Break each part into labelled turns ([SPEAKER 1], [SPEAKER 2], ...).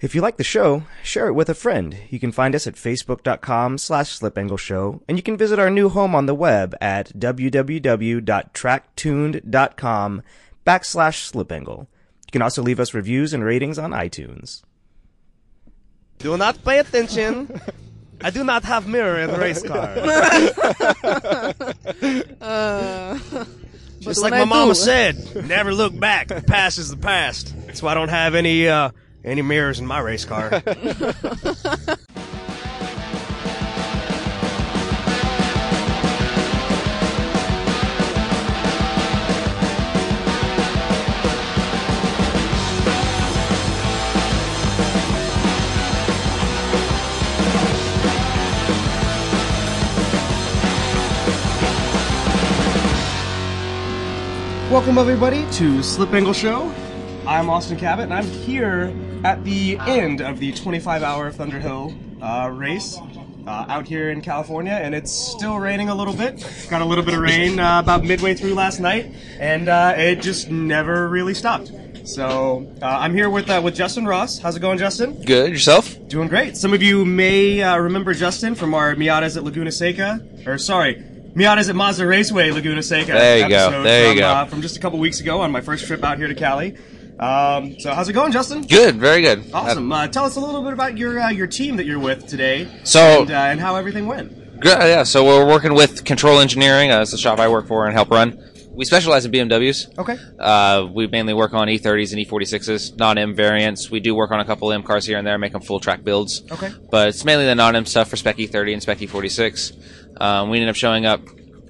[SPEAKER 1] If you like the show, share it with a friend. You can find us at facebook.com slash slipangleshow, and you can visit our new home on the web at www.tracktuned.com backslash slipangle. You can also leave us reviews and ratings on iTunes.
[SPEAKER 2] Do not pay attention. I do not have mirror in race car.
[SPEAKER 3] Uh, but
[SPEAKER 2] Just
[SPEAKER 3] when
[SPEAKER 2] like my
[SPEAKER 3] I
[SPEAKER 2] mama
[SPEAKER 3] do-
[SPEAKER 2] said, never look back. The past is the past. That's why I don't have any uh, any mirrors in my race car. Welcome everybody to Slip Angle Show. I'm Austin Cabot, and I'm here at the end of the 25-hour Thunder Hill uh, race uh, out here in California, and it's still raining a little bit. Got a little bit of rain uh, about midway through last night, and uh, it just never really stopped. So uh, I'm here with uh, with Justin Ross. How's it going, Justin?
[SPEAKER 4] Good yourself?
[SPEAKER 2] Doing great. Some of you may uh, remember Justin from our Miatas at Laguna Seca, or sorry, Miatas at Mazda Raceway Laguna Seca.
[SPEAKER 4] There you go.
[SPEAKER 2] episode
[SPEAKER 4] There you
[SPEAKER 2] from,
[SPEAKER 4] go.
[SPEAKER 2] Uh, from just a couple weeks ago on my first trip out here to Cali. Um, so how's it going, Justin?
[SPEAKER 4] Good, very good.
[SPEAKER 2] Awesome. Uh, tell us a little bit about your uh, your team that you're with today,
[SPEAKER 4] So-
[SPEAKER 2] and, uh, and how everything went.
[SPEAKER 4] Uh, gr- yeah, so we're working with Control Engineering. Uh, that's the shop I work for and help run. We specialize in BMWs.
[SPEAKER 2] Okay.
[SPEAKER 4] Uh, we mainly work on E30s and E46s, non-M variants. We do work on a couple M cars here and there, make them full track builds.
[SPEAKER 2] Okay.
[SPEAKER 4] But it's mainly the non-M stuff for Spec E30 and Spec E46. Um, we ended up showing up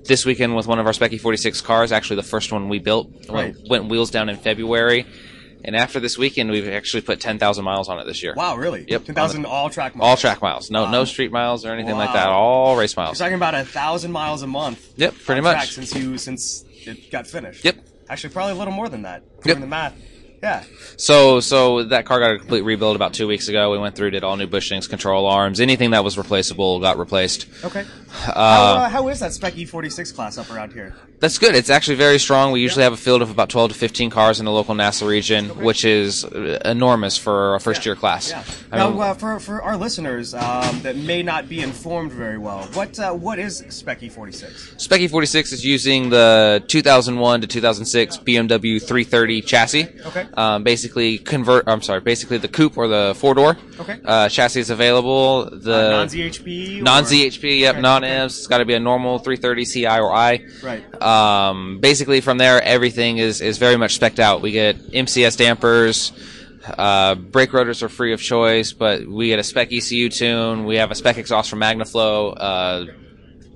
[SPEAKER 4] this weekend with one of our Spec E46 cars, actually the first one we built.
[SPEAKER 2] Right.
[SPEAKER 4] Went, went wheels down in February. And after this weekend, we've actually put 10,000 miles on it this year.
[SPEAKER 2] Wow, really?
[SPEAKER 4] Yep.
[SPEAKER 2] Ten thousand all track miles.
[SPEAKER 4] All track miles. No, no street miles or anything like
[SPEAKER 2] Wow.
[SPEAKER 4] that. All race miles.
[SPEAKER 2] You're talking about a thousand miles a month.
[SPEAKER 4] Yep, pretty
[SPEAKER 2] on
[SPEAKER 4] much.
[SPEAKER 2] track since you since it got finished.
[SPEAKER 4] Yep.
[SPEAKER 2] Actually, probably a little more than that. Doing the math. Yeah.
[SPEAKER 4] So, so that car got a complete rebuild about two weeks ago. We went through, did all new bushings, control arms, anything that was replaceable got replaced.
[SPEAKER 2] Okay. how, uh, how is that spec E46 class up around here?
[SPEAKER 4] That's good. It's actually very strong. We usually have a field of about 12 to 15 cars in the local NASA region, which is uh, enormous for a first year class.
[SPEAKER 2] Yeah.
[SPEAKER 4] I
[SPEAKER 2] now,
[SPEAKER 4] mean,
[SPEAKER 2] uh, for, for our listeners um, that may not be informed very well, what uh, what is spec E46?
[SPEAKER 4] Spec E46 is using the 2001 to 2006 BMW 330 chassis.
[SPEAKER 2] Okay.
[SPEAKER 4] Um, basically convert. I'm sorry. Basically the coupe or the four door.
[SPEAKER 2] Okay. Uh,
[SPEAKER 4] Uh, chassis is available. The
[SPEAKER 2] non ZHP.
[SPEAKER 4] non ZHP, yep,
[SPEAKER 2] Okay,
[SPEAKER 4] non
[SPEAKER 2] okay.
[SPEAKER 4] EMS. It's got to be a normal 330 CI or I.
[SPEAKER 2] Right.
[SPEAKER 4] Um, basically, from there, everything is is very much specced out. We get MCS dampers. Uh, brake rotors are free of choice, but we get a spec ECU tune. We have a spec exhaust from MagnaFlow, uh,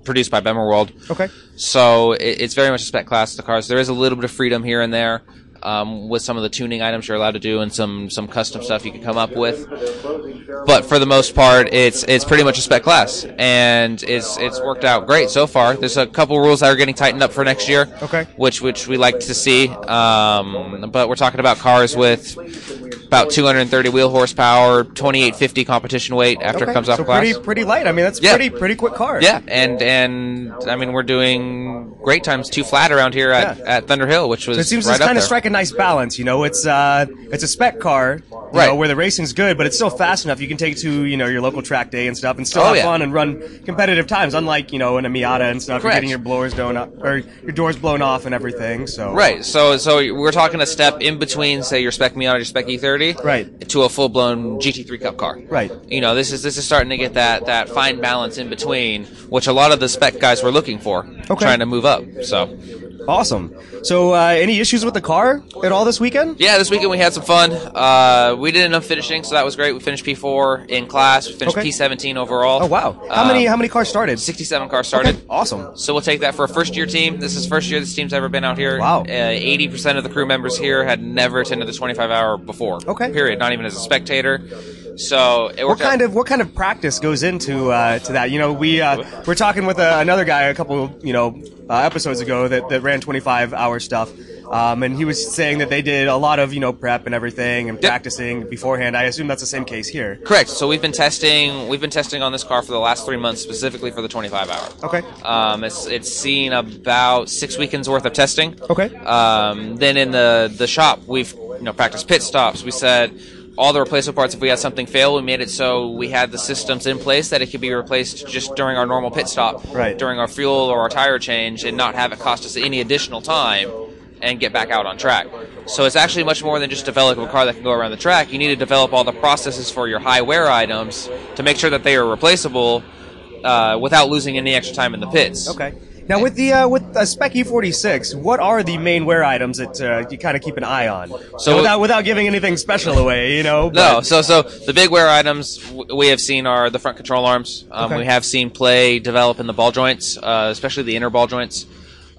[SPEAKER 4] produced by Bemmer World.
[SPEAKER 2] Okay.
[SPEAKER 4] So it, it's very much a spec class. The cars there is a little bit of freedom here and there um, with some of the tuning items you're allowed to do and some some custom stuff you can come up with. But for the most part, it's it's pretty much a spec class, and it's it's worked out great so far. There's a couple rules that are getting tightened up for next year,
[SPEAKER 2] Okay.
[SPEAKER 4] which which we like to see. Um, but we're talking about cars with about 230 wheel horsepower, 2850 competition weight after it comes off
[SPEAKER 2] so
[SPEAKER 4] class.
[SPEAKER 2] pretty pretty light. I mean, that's
[SPEAKER 4] Yeah.
[SPEAKER 2] pretty pretty quick car.
[SPEAKER 4] Yeah, and and I mean we're doing great times two flat around here at,
[SPEAKER 2] Yeah.
[SPEAKER 4] at Thunder Hill, which was
[SPEAKER 2] So it seems
[SPEAKER 4] right
[SPEAKER 2] to
[SPEAKER 4] up
[SPEAKER 2] kind of
[SPEAKER 4] there.
[SPEAKER 2] strike a nice balance. You know, it's uh, it's a spec car, you
[SPEAKER 4] Right.
[SPEAKER 2] know, where the racing's good, but it's still fast enough. You can take to you know your local track day and stuff, and still
[SPEAKER 4] Oh,
[SPEAKER 2] have
[SPEAKER 4] yeah.
[SPEAKER 2] fun and run competitive times. Unlike you know in a Miata and stuff, you're
[SPEAKER 4] Correct.
[SPEAKER 2] getting your blowers blown up or your doors blown off and everything. So
[SPEAKER 4] Right, so so we're talking a step in between, say your spec Miata, your spec E30,
[SPEAKER 2] Right.
[SPEAKER 4] to a full blown GT3 Cup car.
[SPEAKER 2] Right.
[SPEAKER 4] You know this is this is starting to get that that fine balance in between, which a lot of the spec guys were looking for,
[SPEAKER 2] Okay.
[SPEAKER 4] trying to move up. So
[SPEAKER 2] awesome. So uh, any issues with the car at all this weekend?
[SPEAKER 4] yeah, this weekend we had some fun. Uh, we did end up finishing, so that was great. We finished P4 in class. We finished
[SPEAKER 2] Okay.
[SPEAKER 4] P17 overall.
[SPEAKER 2] Oh wow. How
[SPEAKER 4] Um,
[SPEAKER 2] many how many cars started?
[SPEAKER 4] 67 cars started.
[SPEAKER 2] Okay, Awesome.
[SPEAKER 4] So we'll take that for a first year team. This is first year this team's ever been out here. Uh,
[SPEAKER 2] Wow.
[SPEAKER 4] Eighty percent of the crew members here had never attended the twenty five hour before.
[SPEAKER 2] Okay.
[SPEAKER 4] Period. Not even as a spectator. So it
[SPEAKER 2] What
[SPEAKER 4] worked
[SPEAKER 2] kind
[SPEAKER 4] out.
[SPEAKER 2] of what kind of practice goes into uh, to that? You know, we uh, we're talking with uh, another guy a couple you know uh, episodes ago that, that ran 25 hour stuff, um, and he was saying that they did a lot of you know prep and everything and
[SPEAKER 4] Yep.
[SPEAKER 2] practicing beforehand. I assume that's the same case here.
[SPEAKER 4] correct? So we've been testing. We've been testing on this car for the last three months specifically for the twenty five hour.
[SPEAKER 2] Okay.
[SPEAKER 4] Um, it's it's seen about six weekends worth of testing.
[SPEAKER 2] Okay.
[SPEAKER 4] Um, then in the the shop, we've you know practiced pit stops. We said all the replaceable parts. If we had something fail, we made it so we had the systems in place that it could be replaced just during our normal pit stop,
[SPEAKER 5] Right.
[SPEAKER 4] during our fuel or our tire change, and not have it cost us any additional time and get back out on track. So it's actually much more than just developing a car that can go around the track. You need to develop all the processes for your high wear items to make sure that they are replaceable uh, without losing any extra time in the pits.
[SPEAKER 2] Okay. Now with the uh, with uh, Spec E46, what are the main wear items that uh, you kind of keep an eye on?
[SPEAKER 4] So-
[SPEAKER 2] So without without giving anything special away, you know.
[SPEAKER 4] No,
[SPEAKER 2] but-
[SPEAKER 4] so so the big wear items w- we have seen are the front control arms. Um,
[SPEAKER 2] Okay.
[SPEAKER 4] We have seen play develop in the ball joints, uh, especially the inner ball joints.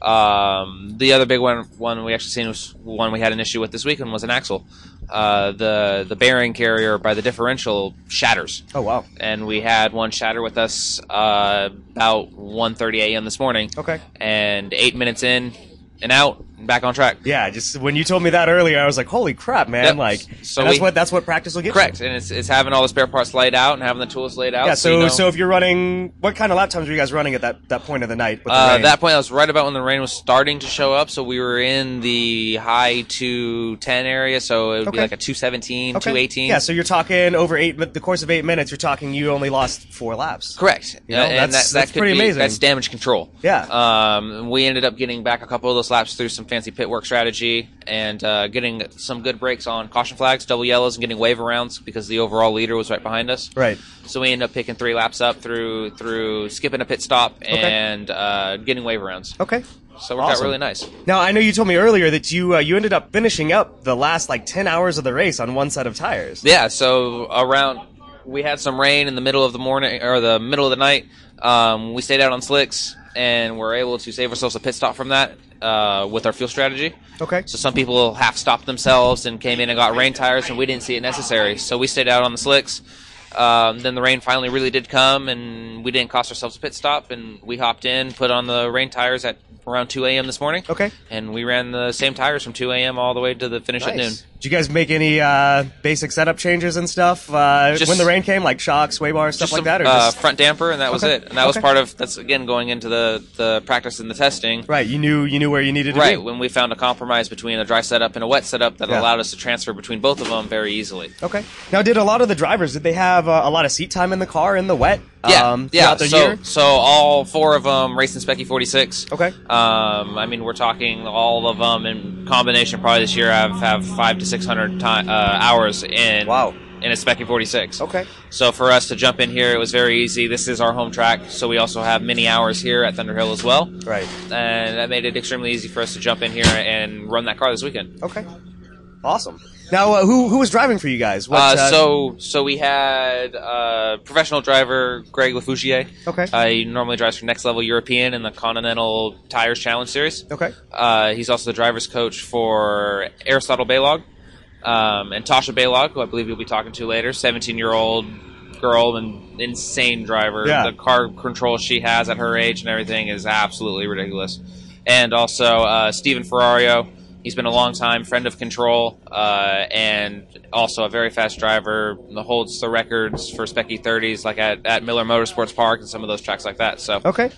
[SPEAKER 4] Um, the other big one one we actually seen was one we had an issue with this weekend was an axle. Uh, the the bearing carrier by the differential shatters
[SPEAKER 2] oh wow.
[SPEAKER 4] and we had one shatter with us uh, about 1.30 a.m. this morning.
[SPEAKER 2] Okay.
[SPEAKER 4] And eight minutes in and out, back on track.
[SPEAKER 2] Yeah, just when you told me that earlier, I was like, "Holy crap, man!"
[SPEAKER 4] Yep.
[SPEAKER 2] Like,
[SPEAKER 4] So
[SPEAKER 2] and that's
[SPEAKER 4] we-
[SPEAKER 2] what that's what practice will get. you.
[SPEAKER 4] Correct. And it's, it's having all the spare parts laid out and having the tools laid out.
[SPEAKER 2] Yeah. So
[SPEAKER 4] you know-
[SPEAKER 2] so if you're running, what kind of lap times were you guys running at that, that point of the night? With the
[SPEAKER 4] uh,
[SPEAKER 2] rain?
[SPEAKER 4] at that point, I was right about when the rain was starting to show up, so we were in the high 210 area, so it would be
[SPEAKER 2] Okay.
[SPEAKER 4] like a 217,
[SPEAKER 2] Okay.
[SPEAKER 4] 218.
[SPEAKER 2] Yeah. So you're talking over eight mi- the course of eight minutes. You're talking you only lost four laps.
[SPEAKER 4] Correct.
[SPEAKER 2] You know,
[SPEAKER 4] Uh, and
[SPEAKER 2] that's-
[SPEAKER 4] that, that
[SPEAKER 2] that's
[SPEAKER 4] could
[SPEAKER 2] pretty
[SPEAKER 4] be,
[SPEAKER 2] amazing.
[SPEAKER 4] That's damage control.
[SPEAKER 2] Yeah.
[SPEAKER 4] Um, we ended up getting back a couple of those laps through some fancy pit work strategy and uh, getting some good breaks on caution flags, double yellows, and getting wave arounds because the overall leader was right behind us.
[SPEAKER 2] Right.
[SPEAKER 4] So we ended up picking three laps up through through skipping a pit stop and uh, getting wave arounds.
[SPEAKER 2] Okay.
[SPEAKER 4] So it
[SPEAKER 2] Oh,
[SPEAKER 4] worked out
[SPEAKER 2] Awesome.
[SPEAKER 4] really nice.
[SPEAKER 2] Now I know you told me earlier that you uh, you ended up finishing up the last like ten hours of the race on one set of tires.
[SPEAKER 4] Yeah, so around we had some rain in the middle of the morning or the middle of the night. Um, we stayed out on slicks and were able to save ourselves a pit stop from that uh, with our fuel strategy.
[SPEAKER 2] Okay.
[SPEAKER 4] So some people half stopped themselves and came in and got rain tires, and we didn't see it necessary. So we stayed out on the slicks. Um, then the rain finally really did come, and we didn't cost ourselves a pit stop, and we hopped in, put on the rain tires at around 2 a.m. this morning.
[SPEAKER 2] Okay.
[SPEAKER 4] And we ran the same tires from 2 a.m. all the way to the finish at noon.
[SPEAKER 2] Nice. Did you guys make any uh, basic setup changes and stuff uh,
[SPEAKER 4] Just-
[SPEAKER 2] when the rain came, like shocks, sway bars, stuff
[SPEAKER 4] just
[SPEAKER 2] like that, or
[SPEAKER 4] a, uh,
[SPEAKER 2] just
[SPEAKER 4] front damper, and that was
[SPEAKER 2] Okay.
[SPEAKER 4] it. And that was
[SPEAKER 2] Okay.
[SPEAKER 4] part of that's again going into the the practice and the testing.
[SPEAKER 2] right? You knew you knew where you needed to
[SPEAKER 4] Right,
[SPEAKER 2] be.
[SPEAKER 4] when we found a compromise between a dry setup and a wet setup that
[SPEAKER 2] Yeah.
[SPEAKER 4] allowed us to transfer between both of them very easily.
[SPEAKER 2] Okay. Now, did a lot of the drivers did they have uh, a lot of seat time in the car in the wet?
[SPEAKER 4] Yeah,
[SPEAKER 2] um,
[SPEAKER 4] yeah.
[SPEAKER 2] throughout the
[SPEAKER 4] So,
[SPEAKER 2] year?
[SPEAKER 4] so all four of them racing Specky 46.
[SPEAKER 2] Okay.
[SPEAKER 4] Um, I mean, we're talking all of them in combination. Probably this year, I've have five to six hundred time, uh, hours in.
[SPEAKER 2] Wow.
[SPEAKER 4] In a Specky 46.
[SPEAKER 2] Okay.
[SPEAKER 4] So for us to jump in here, it was very easy. This is our home track, so we also have many hours here at Thunderhill as well.
[SPEAKER 2] Right.
[SPEAKER 4] and that made it extremely easy for us to jump in here and run that car this weekend.
[SPEAKER 2] Okay. Awesome. Now, uh, who who was driving for you guys? What,
[SPEAKER 4] Uh, so, so we had uh, professional driver Greg Lafougier.
[SPEAKER 2] Okay.
[SPEAKER 4] Uh, he normally drives for Next Level European in the Continental Tires Challenge Series.
[SPEAKER 2] okay.
[SPEAKER 4] Uh, he's also the driver's coach for Aristotle Baylog um, and Tasha Baylog, who I believe you'll be talking to later. Seventeen-year-old girl and insane driver.
[SPEAKER 2] Yeah.
[SPEAKER 4] The car control she has at her age and everything is absolutely ridiculous. And also uh, Stephen Ferrario. He's been a long time friend of control uh, and also a very fast driver. Holds the records for Specky 30s, like at, at Miller Motorsports Park and some of those tracks like that. So
[SPEAKER 2] Okay.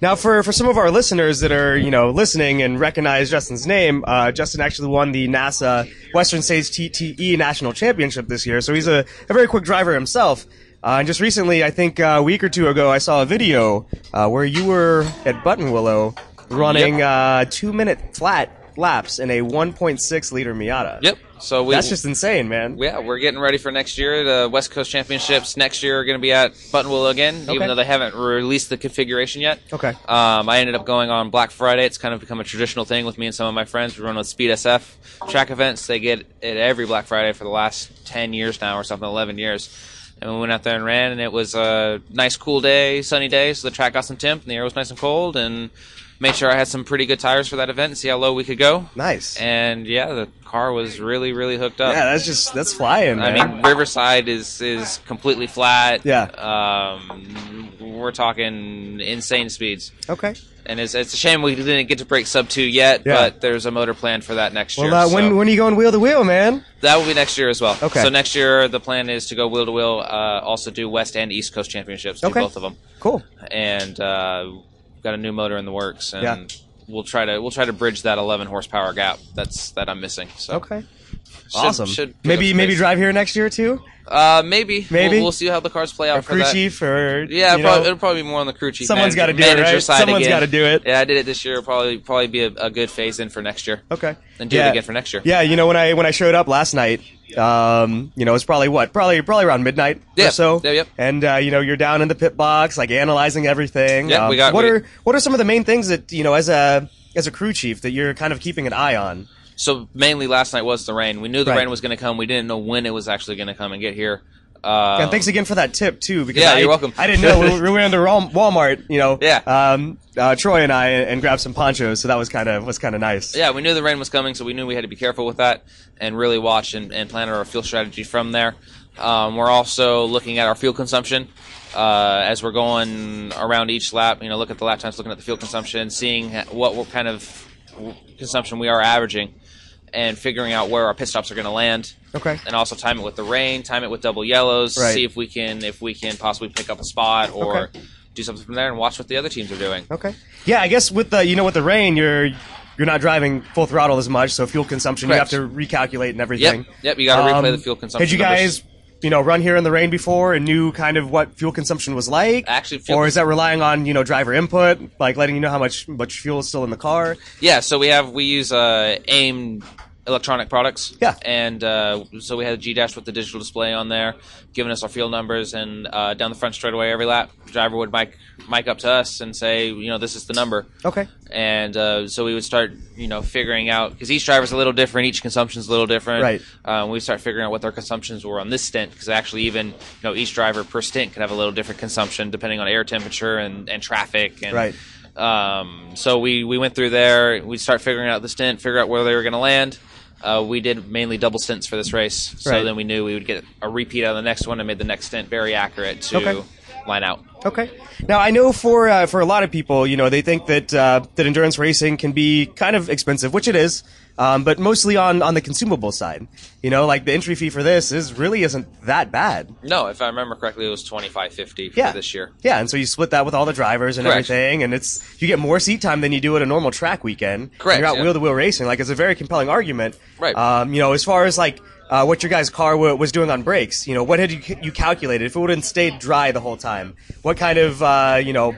[SPEAKER 2] Now, for, for some of our listeners that are, you know, listening and recognize Justin's name, uh, Justin actually won the NASA Western States TTE National Championship this year. So he's a, a very quick driver himself. Uh, and just recently, I think uh, a week or two ago, I saw a video uh, where you were at Button Willow running uh, two minute flat laps in a 1.6 liter Miata.
[SPEAKER 4] Yep. So we
[SPEAKER 2] That's just insane, man.
[SPEAKER 4] Yeah, we're getting ready for next year. The West Coast Championships next year are going to be at Button Willow again,
[SPEAKER 2] Okay.
[SPEAKER 4] even though they haven't released the configuration yet.
[SPEAKER 2] Okay.
[SPEAKER 4] Um, I ended up going on Black Friday. It's kind of become a traditional thing with me and some of my friends. We run with Speed SF track events. They get it every Black Friday for the last 10 years now or something, 11 years. And we went out there and ran, and it was a nice, cool day, sunny day. So the track got some temp, and the air was nice and cold, and made sure I had some pretty good tires for that event and see how low we could go.
[SPEAKER 2] Nice.
[SPEAKER 4] And yeah, the car was really, really hooked up.
[SPEAKER 2] yeah, that's just, that's flying,
[SPEAKER 4] I
[SPEAKER 2] man.
[SPEAKER 4] mean, Riverside is is completely flat.
[SPEAKER 2] Yeah.
[SPEAKER 4] Um, we're talking insane speeds,
[SPEAKER 2] okay.
[SPEAKER 4] and it's it's a shame we didn't get to break sub two yet.
[SPEAKER 2] Yeah.
[SPEAKER 4] But there's a motor plan for that next year.
[SPEAKER 2] Well, uh,
[SPEAKER 4] so
[SPEAKER 2] when, when are you going wheel to wheel, man?
[SPEAKER 4] that will be next year as well.
[SPEAKER 2] Okay.
[SPEAKER 4] So next year the plan is to go wheel to wheel. uh, Also do West and East Coast championships. Do
[SPEAKER 2] Okay.
[SPEAKER 4] both of them,
[SPEAKER 2] Cool.
[SPEAKER 4] and uh, got a new motor in the works. And
[SPEAKER 2] Yeah.
[SPEAKER 4] We'll try to we'll try to bridge that 11 horsepower gap that's that I'm missing. So
[SPEAKER 2] Okay.
[SPEAKER 1] awesome.
[SPEAKER 4] should pick up
[SPEAKER 2] maybe
[SPEAKER 4] some
[SPEAKER 2] maybe
[SPEAKER 4] pace.
[SPEAKER 2] drive here next year too.
[SPEAKER 4] Uh, maybe.
[SPEAKER 2] Maybe?
[SPEAKER 4] We'll, we'll see how the cars play out
[SPEAKER 2] Or
[SPEAKER 4] for
[SPEAKER 2] crew
[SPEAKER 4] that.
[SPEAKER 2] chief or
[SPEAKER 4] Yeah,
[SPEAKER 2] you
[SPEAKER 4] probably,
[SPEAKER 2] know,
[SPEAKER 4] it'll probably be more on the crew chief.
[SPEAKER 2] Someone's gotta
[SPEAKER 4] manager-
[SPEAKER 2] do it,
[SPEAKER 4] manager
[SPEAKER 2] right?
[SPEAKER 4] side
[SPEAKER 2] Someone's
[SPEAKER 4] again.
[SPEAKER 2] gotta do it.
[SPEAKER 4] Yeah, I did it this year. Probably probably be a, a good phase in for next year.
[SPEAKER 2] Okay.
[SPEAKER 4] And do it
[SPEAKER 2] Yeah.
[SPEAKER 4] again for next year.
[SPEAKER 2] Yeah, you know when I when I showed up last night, um, you know it's probably what probably probably around midnight
[SPEAKER 4] Yeah.
[SPEAKER 2] or so.
[SPEAKER 4] Yeah, yep.
[SPEAKER 2] And uh, you know you're down in the pit box, like analyzing everything.
[SPEAKER 4] Yeah,
[SPEAKER 2] Um,
[SPEAKER 4] we got-
[SPEAKER 2] What
[SPEAKER 4] we-
[SPEAKER 2] are what are some of the main things that you know as a as a crew chief that you're kind of keeping an eye on?
[SPEAKER 4] So mainly last night was the rain. We knew the
[SPEAKER 2] Right.
[SPEAKER 4] rain was going to come. We didn't know when it was actually going to come and get here. Uh,
[SPEAKER 2] and thanks again for that tip too. Because
[SPEAKER 4] Yeah,
[SPEAKER 2] I,
[SPEAKER 4] you're welcome.
[SPEAKER 2] I didn't know we were- we were in the Wal- Walmart, you know.
[SPEAKER 4] Yeah.
[SPEAKER 2] Um, uh, Troy and I and grabbed some ponchos, so that was kind of was kind of nice.
[SPEAKER 4] yeah, we knew the rain was coming, so we knew we had to be careful with that and really watch and, and plan our fuel strategy from there. Um, we're also looking at our fuel consumption uh, as we're going around each lap. You know, look at the lap times, looking at the fuel consumption, seeing ha- what what kind of consumption we are averaging, and figuring out where our pit stops are going to land.
[SPEAKER 2] Okay.
[SPEAKER 4] And also time it with the rain, time it with double yellows,
[SPEAKER 2] Right.
[SPEAKER 4] see if we can if we can possibly pick up a spot or
[SPEAKER 2] Okay.
[SPEAKER 4] do something from there, and watch what the other teams are doing.
[SPEAKER 2] Okay. Yeah, I guess with the you know with the rain, you're you're not driving full throttle as much, so fuel consumption
[SPEAKER 4] Correct.
[SPEAKER 2] you have to recalculate and everything. Um,
[SPEAKER 4] Yep, you gotta replay the fuel consumption
[SPEAKER 2] Had you
[SPEAKER 4] numbers.
[SPEAKER 2] guys you know run here in the rain before and knew kind of what fuel consumption was like?
[SPEAKER 4] Actually, fuel-
[SPEAKER 2] or is that relying on you know driver input, like letting you know how much much fuel is still in the car?
[SPEAKER 4] Yeah, so we have we use uh, AIM electronic products.
[SPEAKER 2] Yeah.
[SPEAKER 4] and uh, so we had a G dash with the digital display on there, giving us our fuel numbers, and uh, down the front straightaway every lap, driver would mic mic up to us and say, you know, this is the number.
[SPEAKER 2] Okay.
[SPEAKER 4] And uh, so we would start, you know, figuring out because each driver's a little different, each consumption's a little different.
[SPEAKER 2] Right.
[SPEAKER 4] Um, we start figuring out what their consumptions were on this stint because actually, even you know, each driver per stint could have a little different consumption depending on air temperature and, and traffic and
[SPEAKER 2] Right.
[SPEAKER 4] um, so we, we went through there. We start figuring out the stint, figure out where they were going to land. Uh, we did mainly double stints for this race, so
[SPEAKER 2] Right.
[SPEAKER 4] then we knew we would get a repeat on the next one and made the next stint very accurate to
[SPEAKER 2] Okay.
[SPEAKER 4] line out.
[SPEAKER 2] Okay. Now I know for uh, for a lot of people, you know, they think that uh, that endurance racing can be kind of expensive, which it is, um, but mostly on on the consumable side. You know, like the entry fee for this is really isn't that bad.
[SPEAKER 4] No, if I remember correctly, it was twenty five fifty
[SPEAKER 2] Yeah.
[SPEAKER 4] for this year.
[SPEAKER 2] Yeah, and so you split that with all the drivers and
[SPEAKER 4] Correct.
[SPEAKER 2] everything, and it's you get more seat time than you do at a normal track weekend.
[SPEAKER 4] Correct,
[SPEAKER 2] And you're out
[SPEAKER 4] yeah.
[SPEAKER 2] wheel to wheel racing. Like it's a very compelling argument.
[SPEAKER 4] Right.
[SPEAKER 2] Um, you know, as far as like. Uh, what your guys' car wa was doing on brakes? You know, what had you, you calculated if it would have stayed dry the whole time? What kind of uh, you know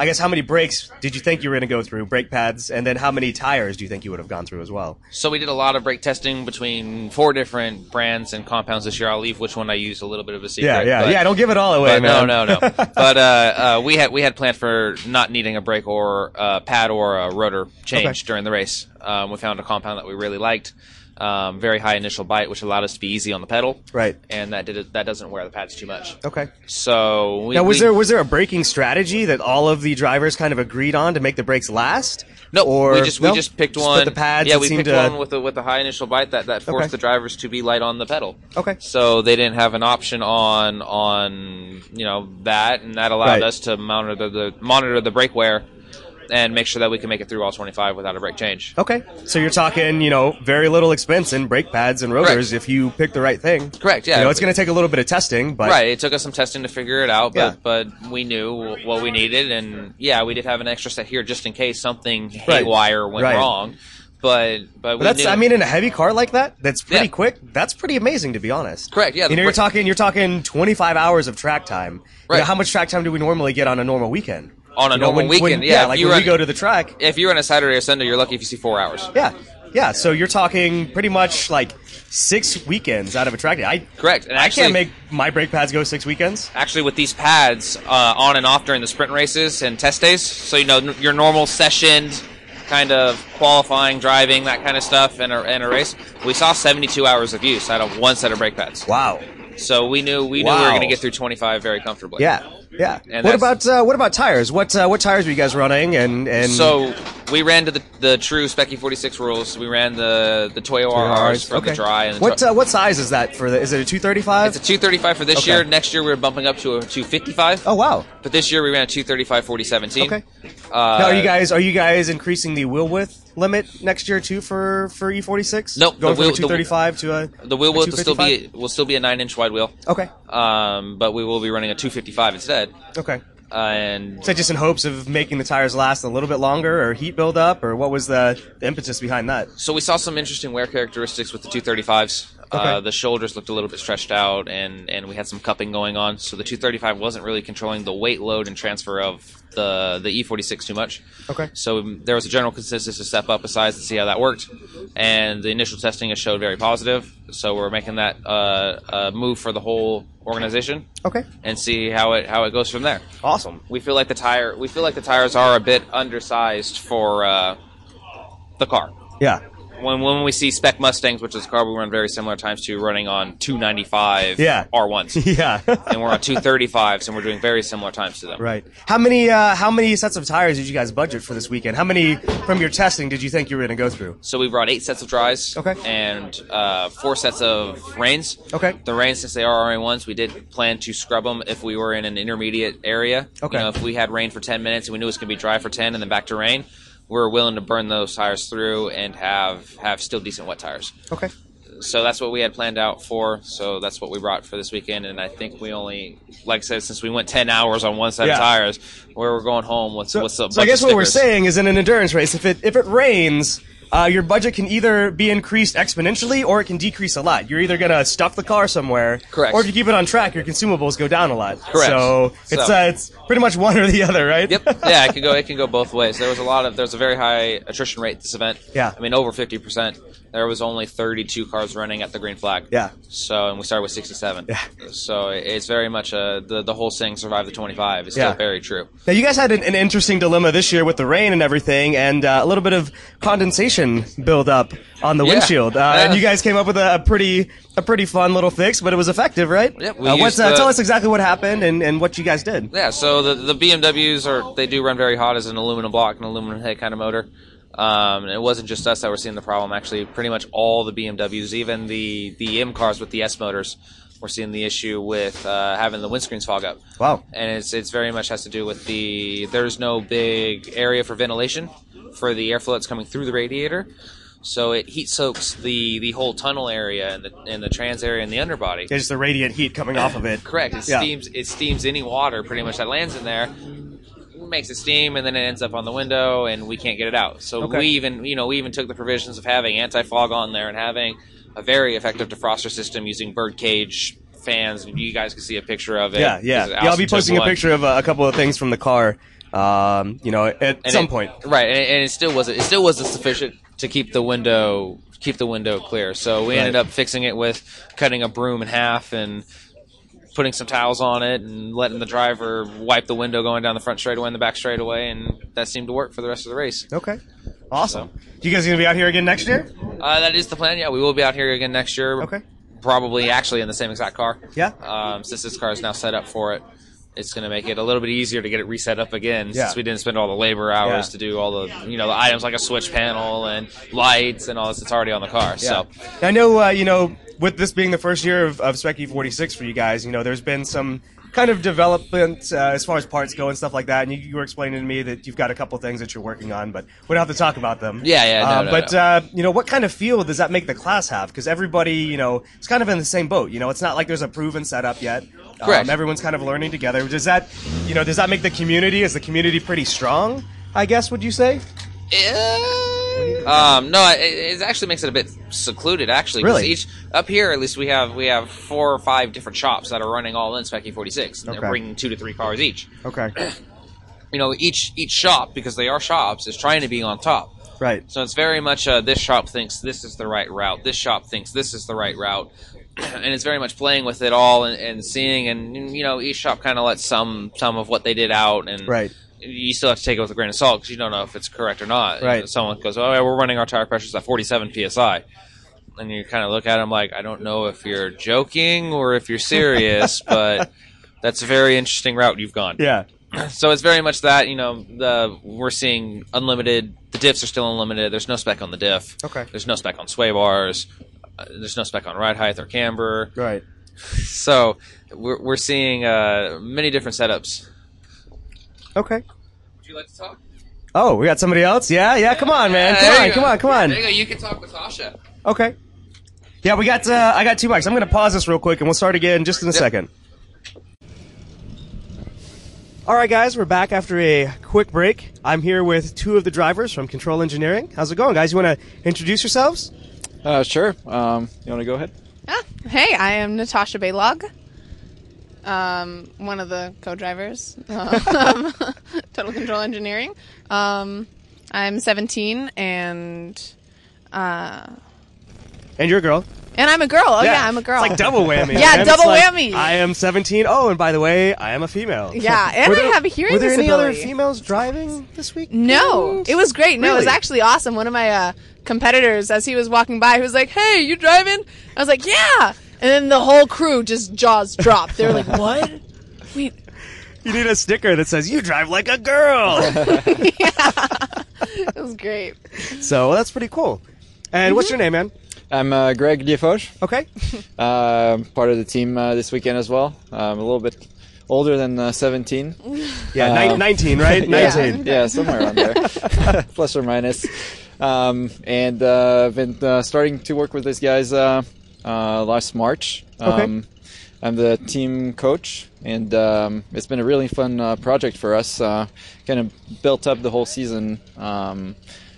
[SPEAKER 2] I guess how many brakes did you think you were going to go through? Brake pads, and then how many tires do you think you would have gone through as well?
[SPEAKER 4] So we did a lot of brake testing between four different brands and compounds this year. I'll leave which one I used a little bit of a secret.
[SPEAKER 2] Yeah, yeah,
[SPEAKER 4] but-
[SPEAKER 2] yeah. Don't give it all away,
[SPEAKER 4] But no,
[SPEAKER 2] man.
[SPEAKER 4] no, no. but uh, uh, we had we had planned for not needing a brake or uh, pad or a rotor change
[SPEAKER 2] Okay.
[SPEAKER 4] during the race. Um, we found a compound that we really liked. Um, very high initial bite, which allowed us to be easy on the pedal.
[SPEAKER 2] Right.
[SPEAKER 4] And that did that doesn't wear the pads too much.
[SPEAKER 2] Okay.
[SPEAKER 4] So we,
[SPEAKER 2] Now, was
[SPEAKER 4] we-
[SPEAKER 2] there was there a braking strategy that all of the drivers kind of agreed on to make the brakes last?
[SPEAKER 4] No,
[SPEAKER 2] or
[SPEAKER 4] we just we
[SPEAKER 2] no?
[SPEAKER 4] just picked
[SPEAKER 2] Split
[SPEAKER 4] one.
[SPEAKER 2] the pads.
[SPEAKER 4] Yeah,
[SPEAKER 2] that
[SPEAKER 4] we
[SPEAKER 2] seemed
[SPEAKER 4] picked
[SPEAKER 2] to-
[SPEAKER 4] one with a with a high initial bite that that forced
[SPEAKER 2] Okay.
[SPEAKER 4] the drivers to be light on the pedal.
[SPEAKER 2] Okay.
[SPEAKER 4] So they didn't have an option on on you know that, and that allowed
[SPEAKER 2] Right.
[SPEAKER 4] us to monitor the, the monitor the brake wear and make sure that we can make it through all 25 without a brake change.
[SPEAKER 2] Okay, so you're talking, you know, very little expense in brake pads and rotors if you pick the right thing.
[SPEAKER 4] Correct, yeah.
[SPEAKER 2] You know, it's going to take a little bit of testing, but
[SPEAKER 4] Right. It took us some testing to figure it out, but
[SPEAKER 2] Yeah.
[SPEAKER 4] but we knew what we needed, and yeah, we did have an extra set here just in case something haywire went
[SPEAKER 2] Right.
[SPEAKER 4] wrong. But but, we
[SPEAKER 2] But that's,
[SPEAKER 4] knew-
[SPEAKER 2] I mean, in a heavy car like that, that's pretty
[SPEAKER 4] Yeah.
[SPEAKER 2] quick. That's pretty amazing, to be honest.
[SPEAKER 4] Correct, yeah,
[SPEAKER 2] You
[SPEAKER 4] the
[SPEAKER 2] know, you're
[SPEAKER 4] bra-
[SPEAKER 2] talking, you're talking 25 hours of track time. You
[SPEAKER 4] Right.
[SPEAKER 2] know, how much track time do we normally get on a normal weekend?
[SPEAKER 4] On a
[SPEAKER 2] You know, when-
[SPEAKER 4] normal
[SPEAKER 2] when-
[SPEAKER 4] weekend, yeah, if
[SPEAKER 2] like
[SPEAKER 4] you
[SPEAKER 2] when we
[SPEAKER 4] run-
[SPEAKER 2] go to the track.
[SPEAKER 4] if you're on a Saturday or Sunday, you're lucky if you see four hours.
[SPEAKER 2] Yeah, yeah. So you're talking pretty much like six weekends out of a track day. I
[SPEAKER 4] Correct. And
[SPEAKER 2] I
[SPEAKER 4] actually-
[SPEAKER 2] can't make my brake pads go six weekends.
[SPEAKER 4] actually with these pads uh, on and off during the sprint races and test days. So you know n- your normal sessioned kind of qualifying, driving, that kind of stuff, and a, and a race. We saw 72 hours of use out of one set of brake pads.
[SPEAKER 2] Wow.
[SPEAKER 4] So we knew we knew we were
[SPEAKER 2] Wow.
[SPEAKER 4] going to get through 25 very comfortably.
[SPEAKER 2] Yeah. Yeah.
[SPEAKER 4] And
[SPEAKER 2] what
[SPEAKER 4] that's-
[SPEAKER 2] about uh, what about tires? What uh, what tires were you guys running? And and
[SPEAKER 4] So we ran to the, the true Specky 46 rules. We ran the the Toyo RRs from
[SPEAKER 2] Okay.
[SPEAKER 4] the dry and the
[SPEAKER 2] what
[SPEAKER 4] dry-
[SPEAKER 2] uh, what size is that for the? Is it a two thirty five?
[SPEAKER 4] it's a 235 for this
[SPEAKER 2] Okay.
[SPEAKER 4] year. Next year we're bumping up to a 255.
[SPEAKER 2] Oh wow.
[SPEAKER 4] But this year we ran a 235 4017.
[SPEAKER 2] Okay.
[SPEAKER 4] Uh,
[SPEAKER 2] Now, are you guys are you guys increasing the wheel width limit next year too for for E forty six?
[SPEAKER 4] Nope, the
[SPEAKER 2] Going
[SPEAKER 4] wheel-
[SPEAKER 2] from
[SPEAKER 4] the-
[SPEAKER 2] two thirty five to a
[SPEAKER 4] The wheel
[SPEAKER 2] a
[SPEAKER 4] will still be
[SPEAKER 2] 255?
[SPEAKER 4] will still be a nine inch wide wheel.
[SPEAKER 2] okay.
[SPEAKER 4] Um, but we will be running a 255 instead.
[SPEAKER 2] Okay.
[SPEAKER 4] uh, and
[SPEAKER 2] Is that just in hopes of making the tires last a little bit longer, or heat build up, or what was the, the impetus behind that?
[SPEAKER 4] so we saw some interesting wear characteristics with the 235s. Uh,
[SPEAKER 2] Okay.
[SPEAKER 4] the shoulders looked a little bit stretched out, and, and we had some cupping going on. So the 235 wasn't really controlling the weight load and transfer of the the E46 too much.
[SPEAKER 2] Okay.
[SPEAKER 4] So um, there was a general consensus to step up a size to see how that worked, and the initial testing has showed very positive. So we're making that uh, uh, move for the whole organization
[SPEAKER 2] Okay.
[SPEAKER 4] and see how it how it goes from there.
[SPEAKER 2] Awesome.
[SPEAKER 4] We feel like the tire we feel like the tires are a bit undersized for uh, the car.
[SPEAKER 2] Yeah.
[SPEAKER 4] When when we see spec Mustangs, which is a car we run very similar times to, running on 295
[SPEAKER 2] Yeah.
[SPEAKER 4] R1s.
[SPEAKER 2] Yeah.
[SPEAKER 4] and we're on 235s and we're doing very similar times to them.
[SPEAKER 2] right. How many uh, how many sets of tires did you guys budget for this weekend? How many from your testing did you think you were going to go through?
[SPEAKER 4] So we brought eight sets of dries.
[SPEAKER 2] Okay.
[SPEAKER 4] And uh, four sets of rains.
[SPEAKER 2] Okay.
[SPEAKER 4] The rains, since they are RA1s, we did plan to scrub them if we were in an intermediate area.
[SPEAKER 2] Okay.
[SPEAKER 4] You know, if we had rain for 10 minutes and we knew it was going to be dry for 10 and then back to rain, we are willing to burn those tires through and have, have still decent wet tires.
[SPEAKER 2] Okay.
[SPEAKER 4] So that's what we had planned out for. So that's what we brought for this weekend. And I think we only, like I said, since we went 10 hours on one set
[SPEAKER 2] Yeah.
[SPEAKER 4] of tires, where we're going home with,
[SPEAKER 2] So,
[SPEAKER 4] with a
[SPEAKER 2] so I
[SPEAKER 4] bunch
[SPEAKER 2] guess
[SPEAKER 4] of
[SPEAKER 2] what we're
[SPEAKER 4] stickers.
[SPEAKER 2] saying is in an endurance race, if it if it rains, uh, your budget can either be increased exponentially or it can decrease a lot. You're either gonna stuff the car somewhere,
[SPEAKER 4] Correct.
[SPEAKER 2] Or if you keep it on track, your consumables go down a lot.
[SPEAKER 4] Correct.
[SPEAKER 2] So it's
[SPEAKER 4] So-
[SPEAKER 2] Uh, it's pretty much one or the other, right?
[SPEAKER 4] Yep. Yeah, it can go. It can go both ways. There was a lot of. There's a very high attrition rate at this event.
[SPEAKER 2] Yeah.
[SPEAKER 4] I mean, over fifty percent. There was only thirty-two cars running at the green flag.
[SPEAKER 2] Yeah.
[SPEAKER 4] So, and we started with sixty-seven. Yeah. So it- it's very much a the the whole saying "survive the twenty-five" is still
[SPEAKER 2] Yeah.
[SPEAKER 4] very true.
[SPEAKER 2] Now you guys had an, an interesting dilemma this year with the rain and everything, and uh, a little bit of condensation buildup on the
[SPEAKER 4] Yeah.
[SPEAKER 2] windshield. Uh,
[SPEAKER 4] Yeah.
[SPEAKER 2] And you guys came up with a, a pretty, a pretty fun little fix, but it was effective, right?
[SPEAKER 4] Yep, we
[SPEAKER 2] Uh, what's,
[SPEAKER 4] used
[SPEAKER 2] uh,
[SPEAKER 4] the-
[SPEAKER 2] tell us exactly what happened and, and what you guys did.
[SPEAKER 4] Yeah, so the the BMWs are they do run very hot as an aluminum block and aluminum head kind of motor. Um, and it wasn't just us that were seeing the problem. Actually, pretty much all the BMWs, even the the M cars with the S motors, were seeing the issue with uh, having the windscreens fog up.
[SPEAKER 2] Wow.
[SPEAKER 4] And it's it's very much has to do with the there's no big area for ventilation for the airflow that's coming through the radiator. So it heat soaks the, the whole tunnel area and the, and the trans area and the underbody.
[SPEAKER 2] It's the radiant heat coming off of it.
[SPEAKER 4] Correct. It
[SPEAKER 2] Yeah.
[SPEAKER 4] steams. It steams any water pretty much that lands in there, makes it steam, and then it ends up on the window, and we can't get it out. So
[SPEAKER 2] Okay.
[SPEAKER 4] we even, you know, we even took the provisions of having anti fog on there and having a very effective defroster system using bird cage fans. You guys can see a picture of it.
[SPEAKER 2] Yeah, yeah.
[SPEAKER 4] Because
[SPEAKER 2] yeah I'll
[SPEAKER 4] Allison
[SPEAKER 2] be
[SPEAKER 4] took
[SPEAKER 2] posting a
[SPEAKER 4] one.
[SPEAKER 2] picture of uh, a couple of things from the car, um, you know, at
[SPEAKER 4] And
[SPEAKER 2] some
[SPEAKER 4] it-
[SPEAKER 2] point.
[SPEAKER 4] Right, and, and it still wasn't. It still wasn't sufficient to keep the window keep the window clear. So we ended
[SPEAKER 2] Right.
[SPEAKER 4] up fixing it with cutting a broom in half and putting some towels on it and letting the driver wipe the window going down the front straightaway and the back straightaway, and that seemed to work for the rest of the race.
[SPEAKER 2] Okay. Awesome. You guys gonna be out here again next year?
[SPEAKER 4] Uh, that is the plan. Yeah, we will be out here again next year.
[SPEAKER 2] Okay.
[SPEAKER 4] Probably actually in the same exact car.
[SPEAKER 2] Yeah.
[SPEAKER 4] Um, since this car is now set up for it, it's going to make it a little bit easier to get it reset up again.
[SPEAKER 2] Yeah.
[SPEAKER 4] Since we didn't spend all the labor hours
[SPEAKER 2] Yeah.
[SPEAKER 4] to do all the you know the items like a switch panel and lights and all this that's already on the car. So
[SPEAKER 2] Yeah. I know, uh, you know, with this being the first year of, of Spec E46 for you guys, you know, there's been some kind of development uh, as far as parts go and stuff like that. And you, you were explaining to me that you've got a couple things that you're working on, but we don't have to talk about them.
[SPEAKER 4] Yeah, yeah, no,
[SPEAKER 2] Uh,
[SPEAKER 4] no,
[SPEAKER 2] but,
[SPEAKER 4] no.
[SPEAKER 2] Uh, you know, what kind of feel does that make the class have? Because everybody, you know, is kind of in the same boat. You know, it's not like there's a proven setup yet.
[SPEAKER 4] Correct.
[SPEAKER 2] Um, everyone's kind of learning together. Does that, you know, does that make the community? Is the community pretty strong? I guess would you say?
[SPEAKER 4] Eh, Um, no, it, it actually makes it a bit secluded. Actually, 'cause
[SPEAKER 2] Really?
[SPEAKER 4] each up here at least we have we have four or five different shops that are running all in Spec E46, and
[SPEAKER 2] Okay.
[SPEAKER 4] they're bringing two to three cars each.
[SPEAKER 2] Okay.
[SPEAKER 4] You know, each each shop because they are shops is trying to be on top.
[SPEAKER 2] Right.
[SPEAKER 4] So it's very much uh, this shop thinks this is the right route. This shop thinks this is the right route, and it's very much playing with it all and, and seeing. And you know, each shop kind of lets some some of what they did out, and
[SPEAKER 2] Right.
[SPEAKER 4] You still have to take it with a grain of salt because you don't know if it's correct or not.
[SPEAKER 2] Right.
[SPEAKER 4] And someone goes, "Oh, yeah, we're running our tire pressures at 47 psi," and you kind of look at them like, "I don't know if you're joking or if you're serious, but that's a very interesting route you've gone."
[SPEAKER 2] Yeah.
[SPEAKER 4] so it's very much that you know the we're seeing unlimited. The diffs are still unlimited. There's no spec on the diff.
[SPEAKER 2] Okay.
[SPEAKER 4] There's no spec on sway bars. Uh, there's no spec on ride height or camber.
[SPEAKER 2] Right.
[SPEAKER 4] So we're we're seeing uh, many different setups.
[SPEAKER 2] Okay.
[SPEAKER 4] Would you like to talk?
[SPEAKER 2] Oh, we got somebody else? Yeah, yeah, come on, man. Come on, come on, come on.
[SPEAKER 4] go. You can talk with Tasha.
[SPEAKER 2] Okay. Yeah, we got, uh, I got two mics. I'm going to pause this real quick and we'll start again just in a second. All right, guys, we're back after a quick break. I'm here with two of the drivers from Control Engineering. How's it going, guys? You want to introduce yourselves?
[SPEAKER 6] Uh, sure. Um, you want to go ahead?
[SPEAKER 7] Ah, hey, I am Natasha Baylog, um, one of the co-drivers, um, Total Control Engineering. Um, I'm 17, and uh,
[SPEAKER 2] And you're a girl.
[SPEAKER 7] and I'm a girl. Oh yeah, I'm a girl.
[SPEAKER 2] It's like double whammy.
[SPEAKER 7] Yeah,
[SPEAKER 2] man. It's
[SPEAKER 7] double
[SPEAKER 2] like,
[SPEAKER 7] whammy.
[SPEAKER 2] I am 17. Oh, and by the way, I am a female.
[SPEAKER 7] Yeah, and
[SPEAKER 2] Were
[SPEAKER 7] I have a hearing
[SPEAKER 2] Were there any other
[SPEAKER 7] disability.
[SPEAKER 2] females driving this week?
[SPEAKER 7] No, it was great. No, it was
[SPEAKER 2] Really?
[SPEAKER 7] actually awesome. One of my uh, competitors, as he was walking by, he was like, "Hey, you driving?" I was like, "Yeah," and then the whole crew just jaws dropped. They were like, "What?" Wait,
[SPEAKER 2] You need a sticker that says "You drive like a girl."
[SPEAKER 7] it was great.
[SPEAKER 2] so that's pretty cool. And what's your name, man?
[SPEAKER 6] I'm uh, Greg Diafoge,
[SPEAKER 2] Okay.
[SPEAKER 6] uh, part of the team uh, this weekend as well. Um, a little bit older than uh, 17.
[SPEAKER 2] Yeah, nine-
[SPEAKER 6] Uh,
[SPEAKER 2] 19, right?
[SPEAKER 6] Yeah,
[SPEAKER 2] 19.
[SPEAKER 6] Yeah, somewhere around there, plus or minus. Um, and uh, I've been uh, starting to work with these guys uh, uh, last March.
[SPEAKER 2] Okay.
[SPEAKER 6] Um, I'm the team coach, and um, it's been a really fun uh, project for us. Uh, kind of built up the whole season um,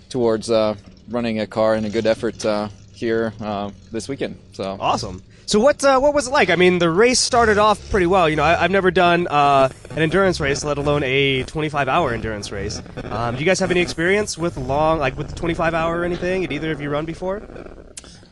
[SPEAKER 6] towards uh, running a car in a good effort uh, here uh, this weekend. So
[SPEAKER 2] Awesome. So what uh, what was it like? I mean, the race started off pretty well. You know, I, I've never done uh, an endurance race, let alone a 25 hour endurance race. Um, do you guys have any experience with long, like with the 25 hour or anything? Did either of you run before?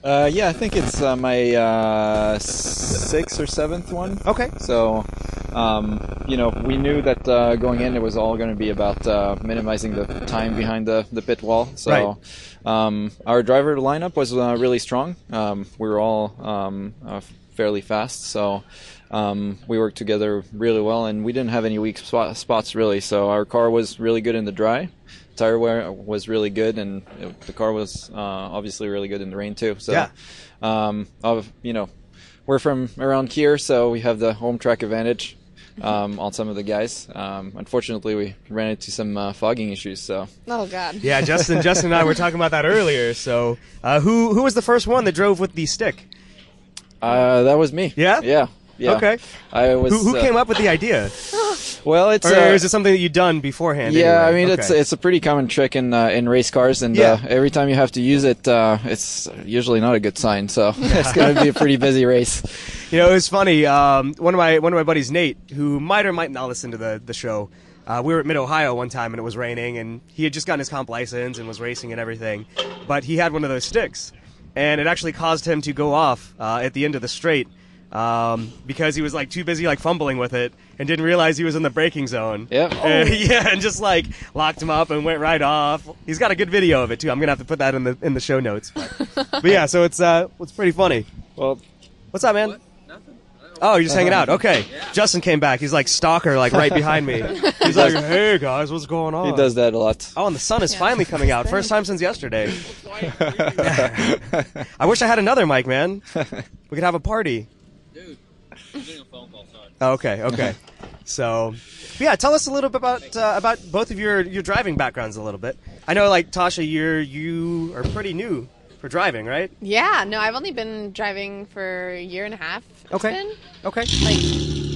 [SPEAKER 6] Uh, yeah, I think it's uh, my uh, sixth or seventh one.
[SPEAKER 2] Okay.
[SPEAKER 6] So, um, you know, we knew that uh, going in it was all going to be about uh, minimizing the time behind the, the pit wall. So, um, our driver lineup was uh, really strong. Um, we were all um, uh, fairly fast. So, um, we worked together really well, and we didn't have any weak spot, spots really. So, our car was really good in the dry. Tire wear was really good, and it, the car was uh, obviously really good in the rain too. So,
[SPEAKER 2] Yeah.
[SPEAKER 6] um, of you know, we're from around here, so we have the home track advantage um, on some of the guys. Um, unfortunately, we ran into some uh, fogging issues, so
[SPEAKER 7] Oh God.
[SPEAKER 2] Yeah, Justin, Justin and I were talking about that earlier. So uh, who who was the first one that drove with the stick?
[SPEAKER 6] uh, that was me.
[SPEAKER 2] Yeah?
[SPEAKER 6] yeah, yeah.
[SPEAKER 2] Okay.
[SPEAKER 6] I was.
[SPEAKER 2] Who, who
[SPEAKER 6] uh,
[SPEAKER 2] came up with the idea?
[SPEAKER 6] Well, it's.
[SPEAKER 2] Or
[SPEAKER 6] uh,
[SPEAKER 2] is it something that you'd done beforehand? anyway?
[SPEAKER 6] yeah, I mean it's
[SPEAKER 2] Okay.
[SPEAKER 6] it's a pretty common trick in uh, in race cars, and
[SPEAKER 2] Yeah.
[SPEAKER 6] uh, every time you have to use it, uh, it's usually not a good sign. So it's going to be a pretty busy race.
[SPEAKER 2] You know, it was funny. Um, one of my one of my buddies, Nate, who might or might not listen to the the show. Uh, we were at Mid Ohio one time, and it was raining, and he had just gotten his comp license and was racing and everything, but he had one of those sticks, and it actually caused him to go off uh, at the end of the straight um, because he was like too busy like fumbling with it and didn't realize he was in the braking zone.
[SPEAKER 6] Yep.
[SPEAKER 2] Uh, yeah, and just like locked him up and went right off. He's got a good video of it too. I'm gonna have to put that in the in the show notes. But, but yeah, so it's uh, it's pretty funny.
[SPEAKER 6] Well,
[SPEAKER 2] What's up, man? Oh, you're just hanging out. Okay. Justin came back. He's like stalker, like right behind me. He's like, "Hey guys, what's going on?"
[SPEAKER 6] he does that a lot.
[SPEAKER 2] Oh, and the sun is finally coming out. First time since yesterday. I wish I had another mic, man. We could have a party. Oh, Okay. Okay. So, yeah, tell us a little bit about uh, about both of your your driving backgrounds a little bit. I know, like Tasha, you're you are pretty new for driving, right?
[SPEAKER 7] Yeah, no, I've only been driving for a year and a half. It's
[SPEAKER 2] Okay.
[SPEAKER 7] been,
[SPEAKER 2] Okay.
[SPEAKER 7] like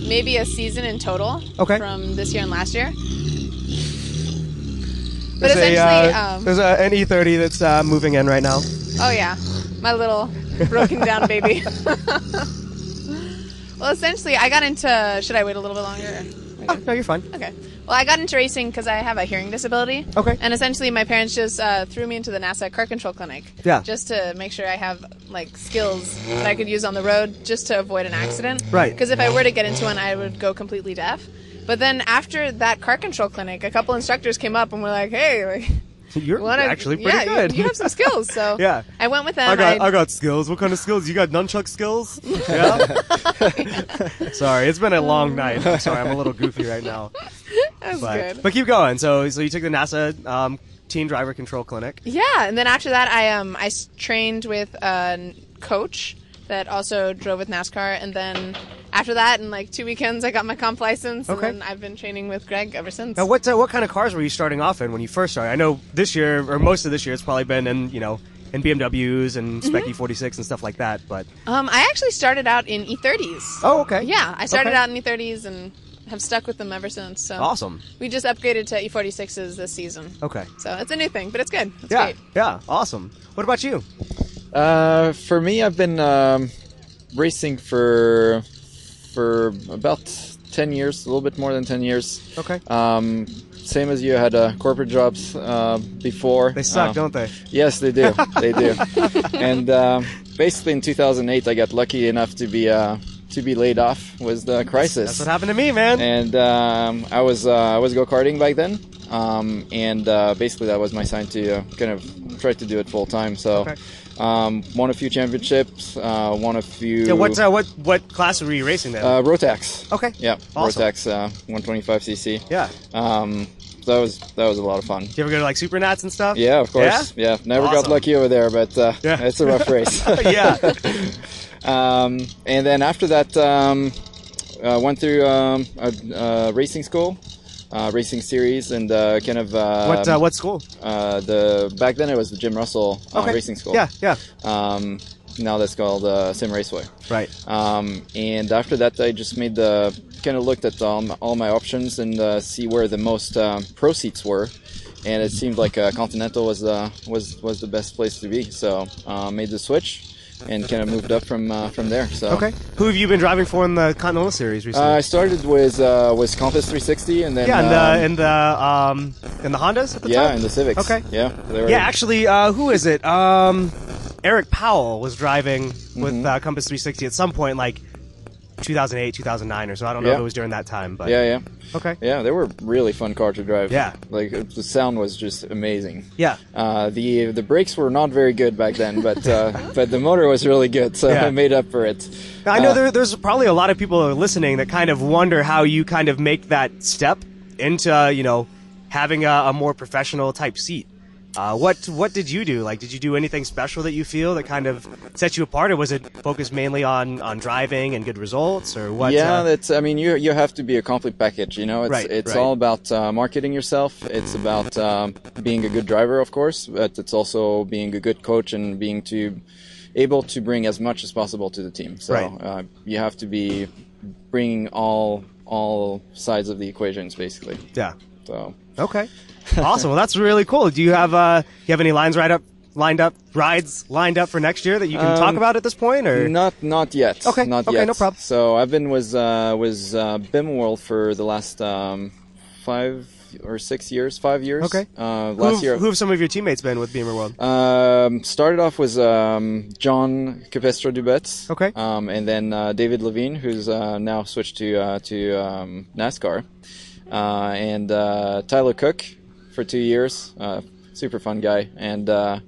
[SPEAKER 7] maybe a season in total.
[SPEAKER 2] Okay.
[SPEAKER 7] From this year and last year. But
[SPEAKER 2] There's
[SPEAKER 7] essentially,
[SPEAKER 2] a, uh,
[SPEAKER 7] um,
[SPEAKER 2] there's a, an E30 that's uh, moving in right now.
[SPEAKER 7] oh yeah, my little broken down baby. well, essentially, I got into. Should I wait a little bit longer?
[SPEAKER 2] Oh, no, you're fine.
[SPEAKER 7] Okay. Well, I got into racing because I have a hearing disability.
[SPEAKER 2] Okay.
[SPEAKER 7] And essentially, my parents just uh, threw me into the NASA car control clinic.
[SPEAKER 2] Yeah.
[SPEAKER 7] Just to make sure I have like skills that I could use on the road, just to avoid an accident.
[SPEAKER 2] Right.
[SPEAKER 7] Because if I were to get into one, I would go completely deaf. But then after that car control clinic, a couple instructors came up and were like, "Hey, like,
[SPEAKER 2] You're
[SPEAKER 7] wanna,
[SPEAKER 2] actually pretty
[SPEAKER 7] yeah, you-
[SPEAKER 2] good.
[SPEAKER 7] You, have some skills." So
[SPEAKER 2] Yeah.
[SPEAKER 7] I went with them.
[SPEAKER 2] I got,
[SPEAKER 7] I-
[SPEAKER 2] I got skills. What kind of skills? You got nunchuck skills? Yeah. sorry, it's been a long night. I'm sorry, I'm a little goofy right now.
[SPEAKER 7] that was
[SPEAKER 2] But,
[SPEAKER 7] good.
[SPEAKER 2] but keep going. So so you took the NASA um, Teen Driver Control Clinic.
[SPEAKER 7] Yeah, and then after that, I um I s- trained with a coach that also drove with NASCAR, and then after that, in like two weekends, I got my comp license,
[SPEAKER 2] Okay.
[SPEAKER 7] and then I've been training with Greg ever since.
[SPEAKER 2] Now, what uh, what kind of cars were you starting off in when you first started? I know this year or most of this year, it's probably been in you know in BMWs
[SPEAKER 7] Mm-hmm.
[SPEAKER 2] and Spec E46 and stuff like that. But
[SPEAKER 7] Um, I actually started out in E30s.
[SPEAKER 2] oh, okay.
[SPEAKER 7] Yeah, I started
[SPEAKER 2] Okay.
[SPEAKER 7] out in E30s, and have stuck with them ever since. So
[SPEAKER 2] Awesome.
[SPEAKER 7] We just upgraded to E46s this season.
[SPEAKER 2] Okay.
[SPEAKER 7] So it's a new thing, but it's good. It's
[SPEAKER 2] Yeah.
[SPEAKER 7] great.
[SPEAKER 2] Yeah. Awesome. What about you?
[SPEAKER 6] Uh, for me, I've been um, racing for for about ten years, a little bit more than ten years.
[SPEAKER 2] Okay.
[SPEAKER 6] Um, same as you, I had uh, corporate jobs uh, before.
[SPEAKER 2] They suck,
[SPEAKER 6] Uh,
[SPEAKER 2] don't they?
[SPEAKER 6] Yes, they do. They do. and um, basically, in 2008, I got lucky enough to be uh, to be laid off. Was the crisis?
[SPEAKER 2] That's what happened to me, man.
[SPEAKER 6] and um, I was uh, I was go karting back then, um, and uh, basically that was my sign to uh, kind of try to do it full time. So,
[SPEAKER 2] Okay.
[SPEAKER 6] um, won a few championships, uh, won a few.
[SPEAKER 2] yeah, what, uh, what what class were you racing then?
[SPEAKER 6] uh, Rotax.
[SPEAKER 2] okay.
[SPEAKER 6] Yeah,
[SPEAKER 2] Awesome.
[SPEAKER 6] Rotax uh, 125cc.
[SPEAKER 2] Yeah.
[SPEAKER 6] Um, that was that was a lot of fun.
[SPEAKER 2] Do you ever go to like supernats and stuff?
[SPEAKER 6] Yeah, of course.
[SPEAKER 2] Yeah?
[SPEAKER 6] Yeah, never got
[SPEAKER 2] Awesome.
[SPEAKER 6] lucky over there, but uh,
[SPEAKER 2] Yeah.
[SPEAKER 6] it's a rough race.
[SPEAKER 2] yeah.
[SPEAKER 6] um, and then after that, um, uh, went through um, a, uh, racing school, uh, racing series, and uh, kind of uh,
[SPEAKER 2] What uh, what school?
[SPEAKER 6] uh, the back then it was the Jim Russell uh,
[SPEAKER 2] Okay.
[SPEAKER 6] racing school.
[SPEAKER 2] Yeah. Yeah.
[SPEAKER 6] Um, now that's called uh, Sim Raceway.
[SPEAKER 2] Right.
[SPEAKER 6] Um, and after that, I just made the kind of looked at all, m- all my options and uh, see where the most um, proceeds were, and it seemed like uh, Continental was the was was the best place to be. So uh, made the switch, and kind of moved up from uh, from there. So
[SPEAKER 2] Okay. Who have you been driving for in the Continental Series
[SPEAKER 6] Uh,
[SPEAKER 2] recently?
[SPEAKER 6] I started with uh, with Compass 360, and then
[SPEAKER 2] yeah, and
[SPEAKER 6] um,
[SPEAKER 2] the and the um and the Hondas at the
[SPEAKER 6] yeah,
[SPEAKER 2] time.
[SPEAKER 6] and the Civics.
[SPEAKER 2] Okay.
[SPEAKER 6] Yeah. they were-
[SPEAKER 2] Yeah, actually, uh, who is it? Um, Eric Powell was driving
[SPEAKER 6] Mm-hmm.
[SPEAKER 2] with uh, Compass 360 at some point, like 2008, 2009, or so. I don't know if
[SPEAKER 6] Yeah.
[SPEAKER 2] it was during that time, but
[SPEAKER 6] Yeah. Yeah.
[SPEAKER 2] okay,
[SPEAKER 6] Yeah. They were really fun car to drive.
[SPEAKER 2] Yeah.
[SPEAKER 6] Like the sound was just amazing.
[SPEAKER 2] yeah,
[SPEAKER 6] Uh, the the brakes were not very good back then, but uh, but the motor was really good, so
[SPEAKER 2] Yeah.
[SPEAKER 6] I made up for it.
[SPEAKER 2] Now, I know
[SPEAKER 6] Uh,
[SPEAKER 2] there, there's probably a lot of people listening that kind of wonder how you kind of make that step into uh, you know having a, a more professional type seat. Uh, what what did you do? Like, did you do anything special that you feel that kind of set you apart, or was it focused mainly on on driving and good results, or what?
[SPEAKER 6] yeah,
[SPEAKER 2] uh,
[SPEAKER 6] that's. I mean, you you have to be a complete package. You know, it's
[SPEAKER 2] Right,
[SPEAKER 6] it's
[SPEAKER 2] right.
[SPEAKER 6] all about uh, marketing yourself. It's about um, being a good driver, of course, but it's also being a good coach and being to able to bring as much as possible to the team. So
[SPEAKER 2] Right.
[SPEAKER 6] uh, you have to be bringing all all sides of the equations, basically.
[SPEAKER 2] yeah.
[SPEAKER 6] So.
[SPEAKER 2] Okay. awesome. Well, that's really cool. Do you have uh, do you have any lines right up lined up rides lined up for next year that you can talk
[SPEAKER 6] Um,
[SPEAKER 2] about at this point or
[SPEAKER 6] Not not yet.
[SPEAKER 2] Okay,
[SPEAKER 6] Not
[SPEAKER 2] okay,
[SPEAKER 6] yet.
[SPEAKER 2] no problem.
[SPEAKER 6] So I've been with uh, with uh, BIM World for the last um, five or six years, five years.
[SPEAKER 2] Okay.
[SPEAKER 6] Uh,
[SPEAKER 2] Who
[SPEAKER 6] last
[SPEAKER 2] have-
[SPEAKER 6] year.
[SPEAKER 2] Who have some of your teammates been with Beamer World?
[SPEAKER 6] Um, started off with um, John Capestro Dubetz.
[SPEAKER 2] Okay.
[SPEAKER 6] Um, and then uh, David Levine, who's uh, now switched to uh, to um, NASCAR, uh, and uh, Tyler Cook for two years. Uh, super fun guy. And uh,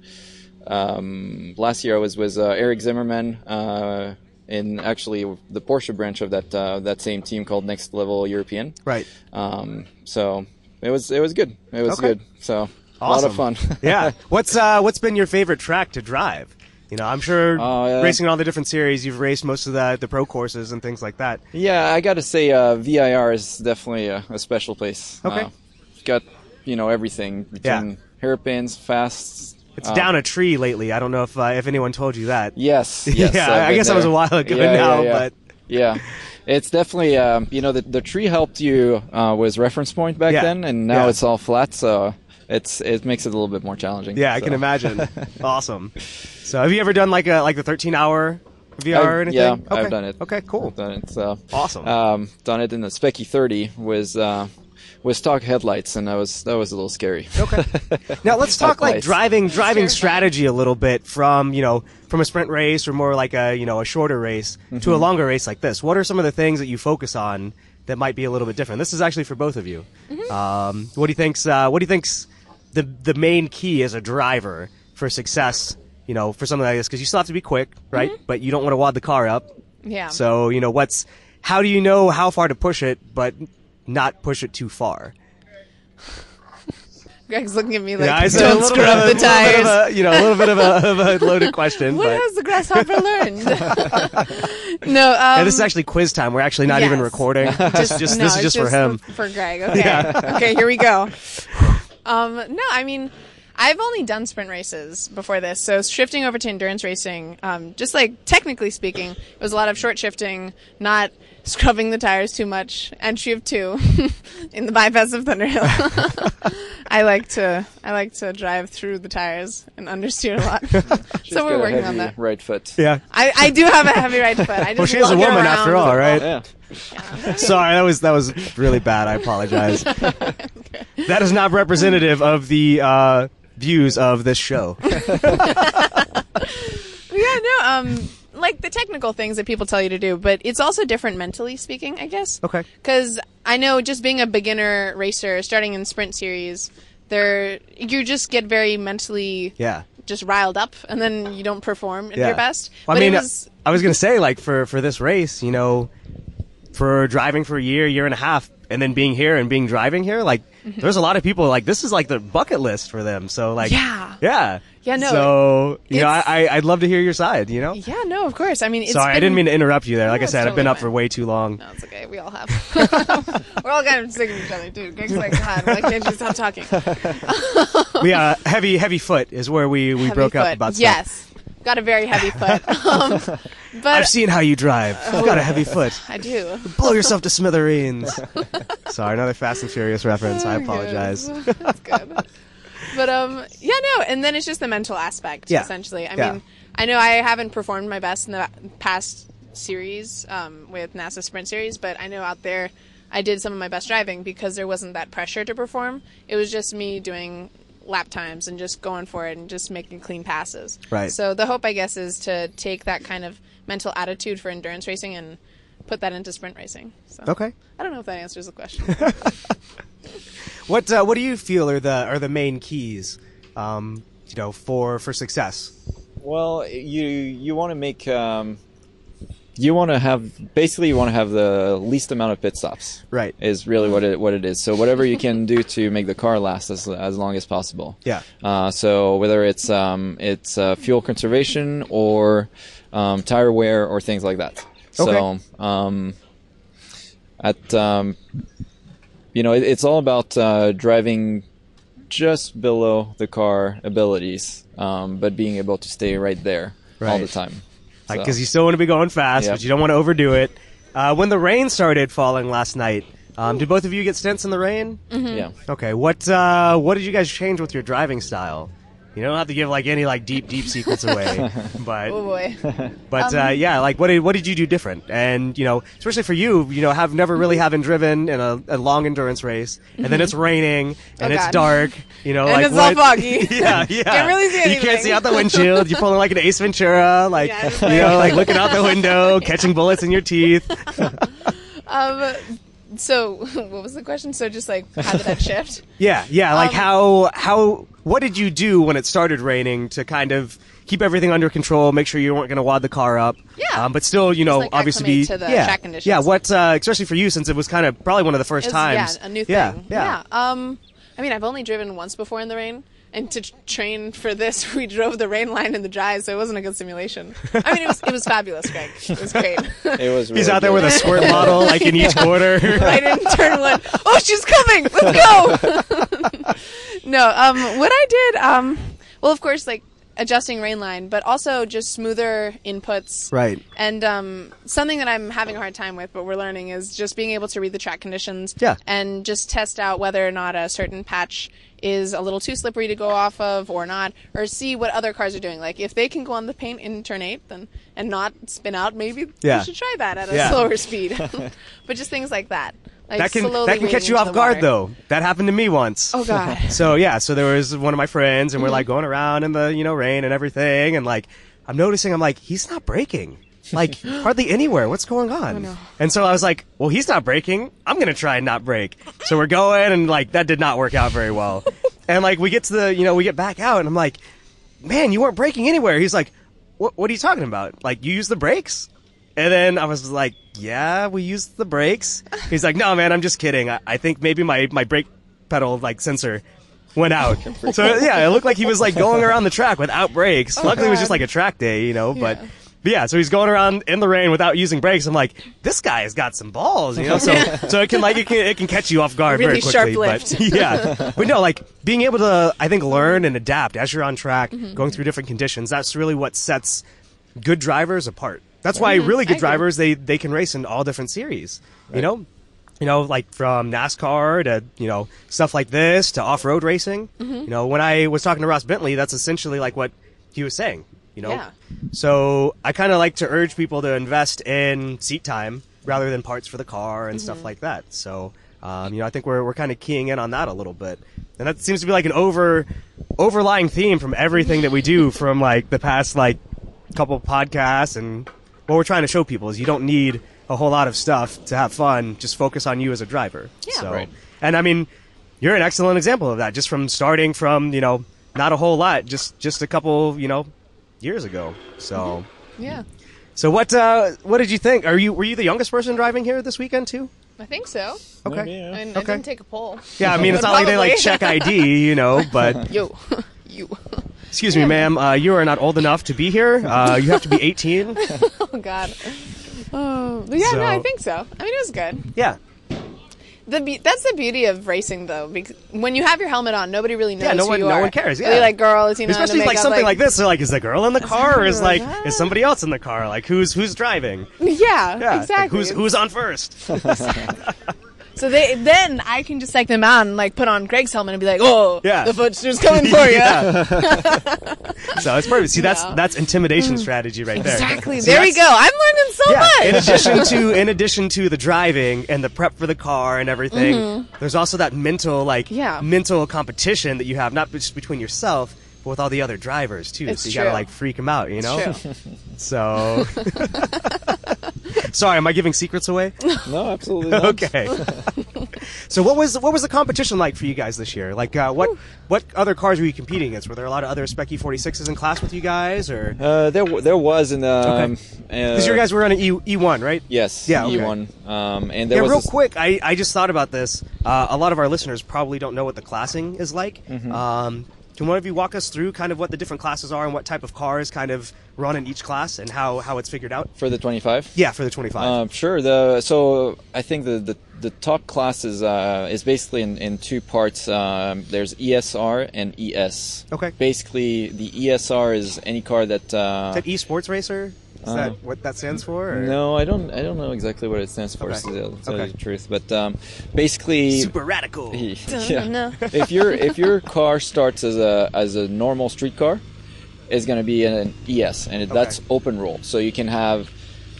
[SPEAKER 6] um, last year I was with uh, Eric Zimmerman. Uh, in actually the Porsche branch of that uh, that same team called Next Level European,
[SPEAKER 2] Right.
[SPEAKER 6] Um, so it was it was good. It was
[SPEAKER 2] Okay.
[SPEAKER 6] good. So a lot
[SPEAKER 2] Awesome.
[SPEAKER 6] of fun.
[SPEAKER 2] yeah. What's uh, what's been your favorite track to drive? You know, I'm sure
[SPEAKER 6] Oh, yeah.
[SPEAKER 2] racing all the different series, you've raced most of the the pro courses and things like that.
[SPEAKER 6] Yeah, I got to say, uh, VIR is definitely a, a special place.
[SPEAKER 2] Okay.
[SPEAKER 6] Uh, it's got you know everything between
[SPEAKER 2] Yeah.
[SPEAKER 6] hairpins, fasts. uh,
[SPEAKER 2] It's down a tree lately. I don't know if uh, if anyone told you that.
[SPEAKER 6] Yes. yes
[SPEAKER 2] Yeah,
[SPEAKER 6] I've
[SPEAKER 2] I
[SPEAKER 6] been
[SPEAKER 2] guess that was a while ago now, but-
[SPEAKER 6] yeah, it's definitely um, you know the the tree helped you uh, was reference point back
[SPEAKER 2] Yeah.
[SPEAKER 6] then, and now
[SPEAKER 2] Yeah.
[SPEAKER 6] it's all flat, so it's it makes it a little bit more challenging.
[SPEAKER 2] Yeah, I
[SPEAKER 6] so.
[SPEAKER 2] can imagine. awesome. So, have you ever done like a like the 13 hour VR or
[SPEAKER 6] I've-
[SPEAKER 2] anything?
[SPEAKER 6] yeah,
[SPEAKER 2] okay.
[SPEAKER 6] I've done it.
[SPEAKER 2] Okay, cool.
[SPEAKER 6] I've done it. So
[SPEAKER 2] Awesome.
[SPEAKER 6] Um, done it in the Specky 30 with uh, with stock headlights, and that was that was a little scary.
[SPEAKER 2] Okay. Now let's talk like
[SPEAKER 6] Likewise.
[SPEAKER 2] driving driving
[SPEAKER 7] Sure.
[SPEAKER 2] strategy a little bit from you know from a sprint race or more like a you know a shorter race to a longer race like this. What are some of the things that you focus on that might be a little bit different? This is actually for both of you. Um, what do you think's uh, What do you think's the the main key as a driver for success? You know, for something like this, because you still have to be quick, right? But you don't want to wad the car up.
[SPEAKER 7] Yeah.
[SPEAKER 2] So you know what's how do you know how far to push it, but not push it too far?
[SPEAKER 7] Greg's looking at me like,
[SPEAKER 2] Yeah, I said a
[SPEAKER 7] don't
[SPEAKER 2] little
[SPEAKER 7] screw
[SPEAKER 2] bit of
[SPEAKER 7] up
[SPEAKER 2] a-
[SPEAKER 7] the
[SPEAKER 2] little bit of
[SPEAKER 7] tires.
[SPEAKER 2] a- you know, a little bit of a, of a loaded question,
[SPEAKER 7] What
[SPEAKER 2] but
[SPEAKER 7] has the grasshopper learned? no, um,
[SPEAKER 2] Yeah, this is actually quiz time. We're actually not even
[SPEAKER 7] Yes.
[SPEAKER 2] recording. Just, just
[SPEAKER 7] no,
[SPEAKER 2] this is
[SPEAKER 7] it's
[SPEAKER 2] just, for him.
[SPEAKER 7] For Greg. Okay. okay. Here we go. Um, no, I mean, I've only done sprint races before this, so shifting over to endurance racing, um, just like technically speaking, it was a lot of short shifting, not scrubbing the tires too much. Entry of two in the bypass of Thunderhill. I like to I like to drive through the tires and understeer a lot.
[SPEAKER 6] She's
[SPEAKER 7] so we're
[SPEAKER 6] got a
[SPEAKER 7] working
[SPEAKER 6] heavy
[SPEAKER 7] on that.
[SPEAKER 6] Right foot.
[SPEAKER 2] Yeah.
[SPEAKER 7] I, I do have a heavy right foot. I just
[SPEAKER 2] Well, she is a
[SPEAKER 7] lug it
[SPEAKER 2] woman
[SPEAKER 7] around
[SPEAKER 2] after
[SPEAKER 7] with
[SPEAKER 2] all,
[SPEAKER 7] a-
[SPEAKER 2] right?
[SPEAKER 6] Yeah.
[SPEAKER 2] Sorry, that was that was really bad. I apologize. that is not representative of the uh, views of this show.
[SPEAKER 7] Yeah, no, um, like the technical things that people tell you to do, but it's also different mentally speaking, I guess.
[SPEAKER 2] Okay.
[SPEAKER 7] Because I know just being a beginner racer, starting in sprint series, there you just get very mentally
[SPEAKER 2] Yeah.
[SPEAKER 7] just riled up, and then you don't perform at
[SPEAKER 2] Yeah.
[SPEAKER 7] your best.
[SPEAKER 2] Well, I
[SPEAKER 7] but
[SPEAKER 2] mean, uh,
[SPEAKER 7] it was,
[SPEAKER 2] I was gonna say like for for this race, you know, for driving for a year, year and a half, and then being here and being driving here, like
[SPEAKER 7] Mm-hmm.
[SPEAKER 2] there's a lot of people like this is like the bucket list for them. So like,
[SPEAKER 7] Yeah.
[SPEAKER 2] yeah,
[SPEAKER 7] Yeah, no,
[SPEAKER 2] So you know, I,
[SPEAKER 7] it's-
[SPEAKER 2] I I'd love to hear your side. You know,
[SPEAKER 7] yeah, no, of course. I mean, it's
[SPEAKER 2] sorry, I
[SPEAKER 7] been-
[SPEAKER 2] didn't mean to interrupt you there. Like I
[SPEAKER 7] it's
[SPEAKER 2] said, I've been
[SPEAKER 7] totally
[SPEAKER 2] up
[SPEAKER 7] fine.
[SPEAKER 2] for way too long.
[SPEAKER 7] No, it's okay. We all have. We're all kind of sick of each other, dude. Greg's like, God, why can't you stop talking?
[SPEAKER 2] we uh, heavy heavy foot is where we we
[SPEAKER 7] Heavy
[SPEAKER 2] broke
[SPEAKER 7] foot.
[SPEAKER 2] up about stuff.
[SPEAKER 7] Yes, got a very heavy foot. Um, but
[SPEAKER 2] I've seen how you drive.
[SPEAKER 7] Oh.
[SPEAKER 2] You've got a heavy foot.
[SPEAKER 7] I do.
[SPEAKER 2] Blow yourself to smithereens. Sorry, another Fast and Furious reference. I
[SPEAKER 7] Oh,
[SPEAKER 2] apologize.
[SPEAKER 7] yes. That's good. But um, yeah, no, and then it's just the mental aspect,
[SPEAKER 2] Yeah.
[SPEAKER 7] essentially. I
[SPEAKER 2] Yeah.
[SPEAKER 7] mean, I know I haven't performed my best in the past series um, with NASA Sprint Series, but I know out there I did some of my best driving because there wasn't that pressure to perform. It was just me doing lap times and just going for it and just making clean passes.
[SPEAKER 2] Right.
[SPEAKER 7] So the hope, I guess, is to take that kind of mental attitude for endurance racing and put that into sprint racing. So
[SPEAKER 2] Okay.
[SPEAKER 7] I don't know if that answers the question.
[SPEAKER 2] What uh, what do you feel are the are the main keys, um, you know, for for success?
[SPEAKER 6] Well, you you want to make um, you want to have basically you want to have the least amount of pit stops.
[SPEAKER 2] Right.
[SPEAKER 6] Is really what it what it is. So whatever you can do to make the car last as as long as possible.
[SPEAKER 2] Yeah.
[SPEAKER 6] Uh, so whether it's um, it's uh, fuel conservation or um, tire wear or things like that.
[SPEAKER 2] Okay.
[SPEAKER 6] So um, at um, you know it, it's all about uh, driving just below the car abilities, um, but being able to stay right there all the
[SPEAKER 2] Right.
[SPEAKER 6] time.
[SPEAKER 2] Like,
[SPEAKER 6] So-
[SPEAKER 2] because you still want to be going fast,
[SPEAKER 6] Yep.
[SPEAKER 2] but you don't want to overdo it. Uh, when the rain started falling last night, um, did both of you get stints in the rain?
[SPEAKER 6] yeah.
[SPEAKER 2] Okay, what uh, what did you guys change with your driving style? You don't have to give like any like deep deep secrets away, but
[SPEAKER 7] oh boy.
[SPEAKER 2] But
[SPEAKER 7] Um,
[SPEAKER 2] uh, yeah, like what did what did you do different? And you know, especially for you, you know, have never really having driven in a, a long endurance race, and then it's raining and
[SPEAKER 7] Oh,
[SPEAKER 2] it's
[SPEAKER 7] God.
[SPEAKER 2] dark. You know,
[SPEAKER 7] And
[SPEAKER 2] like
[SPEAKER 7] it's all
[SPEAKER 2] what-
[SPEAKER 7] foggy.
[SPEAKER 2] yeah, yeah.
[SPEAKER 7] Can't really see
[SPEAKER 2] You can't
[SPEAKER 7] anything.
[SPEAKER 2] see out the windshield. You're pulling like an Ace Ventura, like
[SPEAKER 7] Yeah, it's
[SPEAKER 2] you know,
[SPEAKER 7] like-
[SPEAKER 2] like looking out the window, catching bullets in your teeth.
[SPEAKER 7] Um, so what was the question? So just like how did that shift?
[SPEAKER 2] Yeah, yeah. Like
[SPEAKER 7] Um,
[SPEAKER 2] how how what did you do when it started raining to kind of keep everything under control, make sure you weren't going to wad the car up?
[SPEAKER 7] Yeah.
[SPEAKER 2] Um, but still, you know,
[SPEAKER 7] like
[SPEAKER 2] obviously
[SPEAKER 7] acclimate
[SPEAKER 2] be
[SPEAKER 7] to the
[SPEAKER 2] yeah,
[SPEAKER 7] track conditions.
[SPEAKER 2] yeah. What uh, especially for you since it was kind of probably one of the first
[SPEAKER 7] It was,
[SPEAKER 2] times.
[SPEAKER 7] Yeah, a new thing.
[SPEAKER 2] Yeah, yeah.
[SPEAKER 7] yeah. Um, I mean, I've only driven once before in the rain. And to t- train for this, we drove the rain line in the dry, so it wasn't a good simulation. I mean, it was it was fabulous, Greg. It was great.
[SPEAKER 6] It was. Really
[SPEAKER 2] He's out there with a
[SPEAKER 6] good.
[SPEAKER 2] squirt bottle, like in each quarter.
[SPEAKER 7] right in turn one. Oh, she's coming. Let's go. no, um, what I did, um, well, of course, like adjusting rain line, but also just smoother inputs.
[SPEAKER 2] Right.
[SPEAKER 7] And um, something that I'm having a hard time with, but we're learning, is just being able to read the track conditions.
[SPEAKER 2] Yeah.
[SPEAKER 7] And just test out whether or not a certain patch is a little too slippery to go off of or not, or see what other cars are doing. Like if they can go on the paint in turn eight then, and not spin out, maybe
[SPEAKER 2] Yeah.
[SPEAKER 7] we should try that at a
[SPEAKER 2] Yeah.
[SPEAKER 7] slower speed. but just things like that. Like
[SPEAKER 2] that can
[SPEAKER 7] slowly
[SPEAKER 2] that can
[SPEAKER 7] wading
[SPEAKER 2] catch you
[SPEAKER 7] into
[SPEAKER 2] off
[SPEAKER 7] the
[SPEAKER 2] guard
[SPEAKER 7] water.
[SPEAKER 2] though. That happened to me once.
[SPEAKER 7] Oh god.
[SPEAKER 2] So yeah, so there was one of my friends, and we're like going around in the you know rain and everything, and like I'm noticing, I'm like he's not breaking, like hardly anywhere. What's going on? And so I was like, well, he's not breaking. I'm gonna try and not break. So we're going, and like that did not work out very well. and like we get to the you know we get back out, and I'm like, man, you weren't breaking anywhere. He's like, what What are you talking about? Like you use the brakes? And then I was like, yeah, we used the brakes. He's like, no, man, I'm just kidding. I, I think maybe my, my brake pedal, like, sensor went out. so, yeah, it looked like he was, like, going around the track without brakes. Luckily, it was just,
[SPEAKER 7] Oh,
[SPEAKER 2] like,
[SPEAKER 7] God.
[SPEAKER 2] a track day, you know, but.
[SPEAKER 7] Yeah.
[SPEAKER 2] but yeah, so he's going around in the rain without using brakes. I'm like, this guy has got some balls, you know. So, so it can like it can, it can catch you off guard very
[SPEAKER 7] Really
[SPEAKER 2] quickly.
[SPEAKER 7] sharp
[SPEAKER 2] But
[SPEAKER 7] lift.
[SPEAKER 2] yeah, but no, like being able to, I think, learn and
[SPEAKER 7] Mm-hmm.
[SPEAKER 2] adapt as you're on track, going through different conditions. That's really what sets good drivers apart. That's why really
[SPEAKER 7] Mm-hmm. I
[SPEAKER 2] good
[SPEAKER 7] agree.
[SPEAKER 2] drivers they they can race in all different series. You know, you know, like from NASCAR to you know stuff like this to off road racing.
[SPEAKER 7] Mm-hmm.
[SPEAKER 2] You know, when I was talking to Ross Bentley, that's essentially like what he was saying. You know,
[SPEAKER 7] Yeah.
[SPEAKER 2] so I kind of like to urge people to invest in seat time rather than parts for the car and stuff like that. So, um, you know, I think we're we're kind of keying in on that a little bit, and that seems to be like an over overlying theme from everything that we do from like the past like couple podcasts and what we're trying to show people is you don't need a whole lot of stuff to have fun. Just focus on you as a driver.
[SPEAKER 7] Yeah.
[SPEAKER 2] So,
[SPEAKER 4] Right.
[SPEAKER 2] and I mean, you're an excellent example of that. Just from starting from you know not a whole lot, just just a couple you know years ago. So.
[SPEAKER 7] Yeah,
[SPEAKER 2] So what uh, what did you think? Are you were you the youngest person driving here this weekend too?
[SPEAKER 7] I think so.
[SPEAKER 2] Okay.
[SPEAKER 7] I, mean, I
[SPEAKER 2] Okay.
[SPEAKER 7] didn't take a poll.
[SPEAKER 2] Yeah, I mean it's
[SPEAKER 7] But
[SPEAKER 2] not like they like
[SPEAKER 7] probably.
[SPEAKER 2] check ID, you know. But
[SPEAKER 7] Yo, you.
[SPEAKER 2] excuse me, ma'am, uh, you are not old enough to be here. Uh, you have to be 18.
[SPEAKER 7] Oh God. Oh, but yeah, no, I
[SPEAKER 2] So-
[SPEAKER 7] think so. I mean, it was good.
[SPEAKER 2] Yeah,
[SPEAKER 7] The be- that's the beauty of racing, though, because when you have your helmet on, nobody really knows
[SPEAKER 2] no
[SPEAKER 7] who
[SPEAKER 2] one-
[SPEAKER 7] you
[SPEAKER 2] no
[SPEAKER 7] are.
[SPEAKER 2] one cares,
[SPEAKER 7] Are they
[SPEAKER 2] yeah.
[SPEAKER 7] like girl, Latino, and
[SPEAKER 2] especially
[SPEAKER 7] they
[SPEAKER 2] like
[SPEAKER 7] got,
[SPEAKER 2] something like this. They're like, is the girl in the car, or is like
[SPEAKER 7] girl in the
[SPEAKER 2] is somebody else in the car? Like who's who's driving? Yeah,
[SPEAKER 7] Yeah,
[SPEAKER 2] like,
[SPEAKER 7] exactly.
[SPEAKER 2] who's who's on first?
[SPEAKER 7] so they then I can just take them out and like put on Greg's helmet and be like, oh,
[SPEAKER 2] Yeah.
[SPEAKER 7] the footstools coming for you.
[SPEAKER 2] so it's perfect. See, that's
[SPEAKER 7] Yeah. Mm.
[SPEAKER 2] that's intimidation strategy right there.
[SPEAKER 7] Exactly.
[SPEAKER 2] See,
[SPEAKER 7] there we
[SPEAKER 2] that's-
[SPEAKER 7] go. I'm learning so
[SPEAKER 2] Yeah.
[SPEAKER 7] much.
[SPEAKER 2] In addition to in addition to the driving and the prep for the car and everything, there's also that mental like
[SPEAKER 7] Mm-hmm. Yeah.
[SPEAKER 2] mental competition that you have not just between yourself but with all the other drivers too.
[SPEAKER 7] It's
[SPEAKER 2] so you gotta
[SPEAKER 7] true.
[SPEAKER 2] like freak them out, you know.
[SPEAKER 7] True.
[SPEAKER 2] So. Sorry, am I giving secrets away?
[SPEAKER 6] No, absolutely not.
[SPEAKER 2] Okay. so what was what was the competition like for you guys this year? Like uh, what what other cars were you competing against? Were there a lot of other Speccy 46s in class with you guys, or
[SPEAKER 6] Uh, there, w- there was an. Um, uh,
[SPEAKER 2] because you guys were on an E E1, right?
[SPEAKER 6] Yes.
[SPEAKER 2] Yeah, okay.
[SPEAKER 6] E1. Um, and there
[SPEAKER 2] yeah,
[SPEAKER 6] was
[SPEAKER 2] real
[SPEAKER 6] this-
[SPEAKER 2] quick, I, I just thought about this. Uh, a lot of our listeners probably don't know what the classing is like.
[SPEAKER 6] Mm-hmm.
[SPEAKER 2] Um, can one of you walk us through kind of what the different classes are and what type of cars kind of run in each class and how, how it's figured out?
[SPEAKER 6] for the 25.
[SPEAKER 2] Yeah, for the 25.
[SPEAKER 6] Um, sure. The so I think the the, the top class is uh, is basically in, in two parts. Um, there's ESR and ES.
[SPEAKER 2] Okay.
[SPEAKER 6] Basically, the ESR is any car that. Uh,
[SPEAKER 2] is that E esports racer? Is
[SPEAKER 6] Uh,
[SPEAKER 2] that what that stands for? or-
[SPEAKER 6] no, I don't. I don't know exactly what it stands for.
[SPEAKER 2] Okay.
[SPEAKER 6] To tell to tell
[SPEAKER 2] Okay.
[SPEAKER 6] you the truth, but um, basically,
[SPEAKER 2] Super radical.
[SPEAKER 6] yeah.
[SPEAKER 7] know.
[SPEAKER 6] if your if your car starts as a as a normal street car, it's going to be an ES, and it, that's open roll. So you can have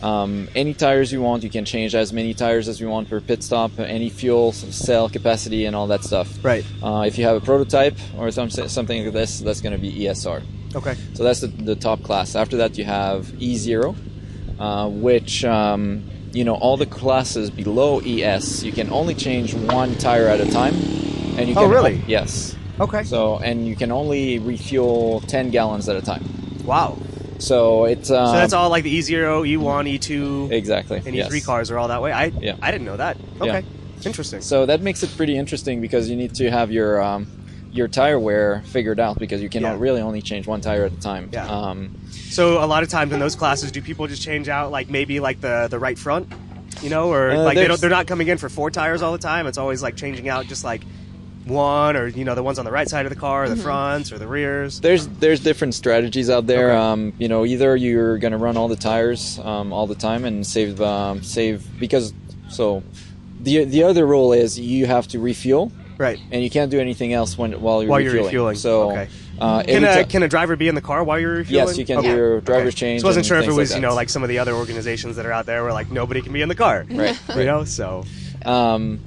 [SPEAKER 6] um, any tires you want. You can change as many tires as you want per pit stop, any fuel cell capacity, and all that stuff.
[SPEAKER 2] Right.
[SPEAKER 6] Uh, if you have a prototype or some, something like this, that's going to be E ESR.
[SPEAKER 2] Okay.
[SPEAKER 6] So that's the, the top class. After that, you have E0, uh, which, um, you know, all the classes below ES, you can only change one tire at a time. And you
[SPEAKER 2] Oh,
[SPEAKER 6] can
[SPEAKER 2] really?
[SPEAKER 6] yes.
[SPEAKER 2] Okay.
[SPEAKER 6] So, and you can only refuel 10 gallons at a time.
[SPEAKER 2] wow.
[SPEAKER 6] So it's. Um,
[SPEAKER 2] So that's all like the E E0, E1, E2,
[SPEAKER 6] Exactly.
[SPEAKER 2] and
[SPEAKER 6] yes.
[SPEAKER 2] E3 cars are all that way. I
[SPEAKER 6] Yeah.
[SPEAKER 2] I didn't know that. Okay. Interesting.
[SPEAKER 6] So that makes it pretty interesting because you need to have your um, your tire wear figured out because you cannot
[SPEAKER 2] Yeah.
[SPEAKER 6] really only change one tire at a time.
[SPEAKER 2] Yeah.
[SPEAKER 6] Um,
[SPEAKER 2] So a lot of times in those classes, do people just change out like maybe like the the right front, you know, or
[SPEAKER 6] Uh,
[SPEAKER 2] like they
[SPEAKER 6] there's-
[SPEAKER 2] don't they're not coming in for four tires all the time. It's always like changing out just like one or you know the ones on the right side of the car, or the fronts or the rears.
[SPEAKER 6] There's there's different strategies out there.
[SPEAKER 2] Okay.
[SPEAKER 6] Um, you know, either you're gonna run all the tires um, all the time and save um, save because so the the other rule is you have to refuel
[SPEAKER 2] Right.
[SPEAKER 6] and you can't do anything else when while you're
[SPEAKER 2] While you're refueling,
[SPEAKER 6] refueling. So
[SPEAKER 2] okay.
[SPEAKER 6] uh,
[SPEAKER 2] Can
[SPEAKER 6] every
[SPEAKER 2] a
[SPEAKER 6] ti-
[SPEAKER 2] can a driver be in the car while you're refueling?
[SPEAKER 6] yes, you can do your driver's change.
[SPEAKER 2] Just wasn't
[SPEAKER 6] and
[SPEAKER 2] sure if it
[SPEAKER 6] things
[SPEAKER 2] was
[SPEAKER 6] like
[SPEAKER 2] you
[SPEAKER 6] that.
[SPEAKER 2] know like some of the other organizations that are out there where like nobody can be in the car,
[SPEAKER 6] Right,
[SPEAKER 2] You
[SPEAKER 6] right.
[SPEAKER 2] know, so
[SPEAKER 6] Um,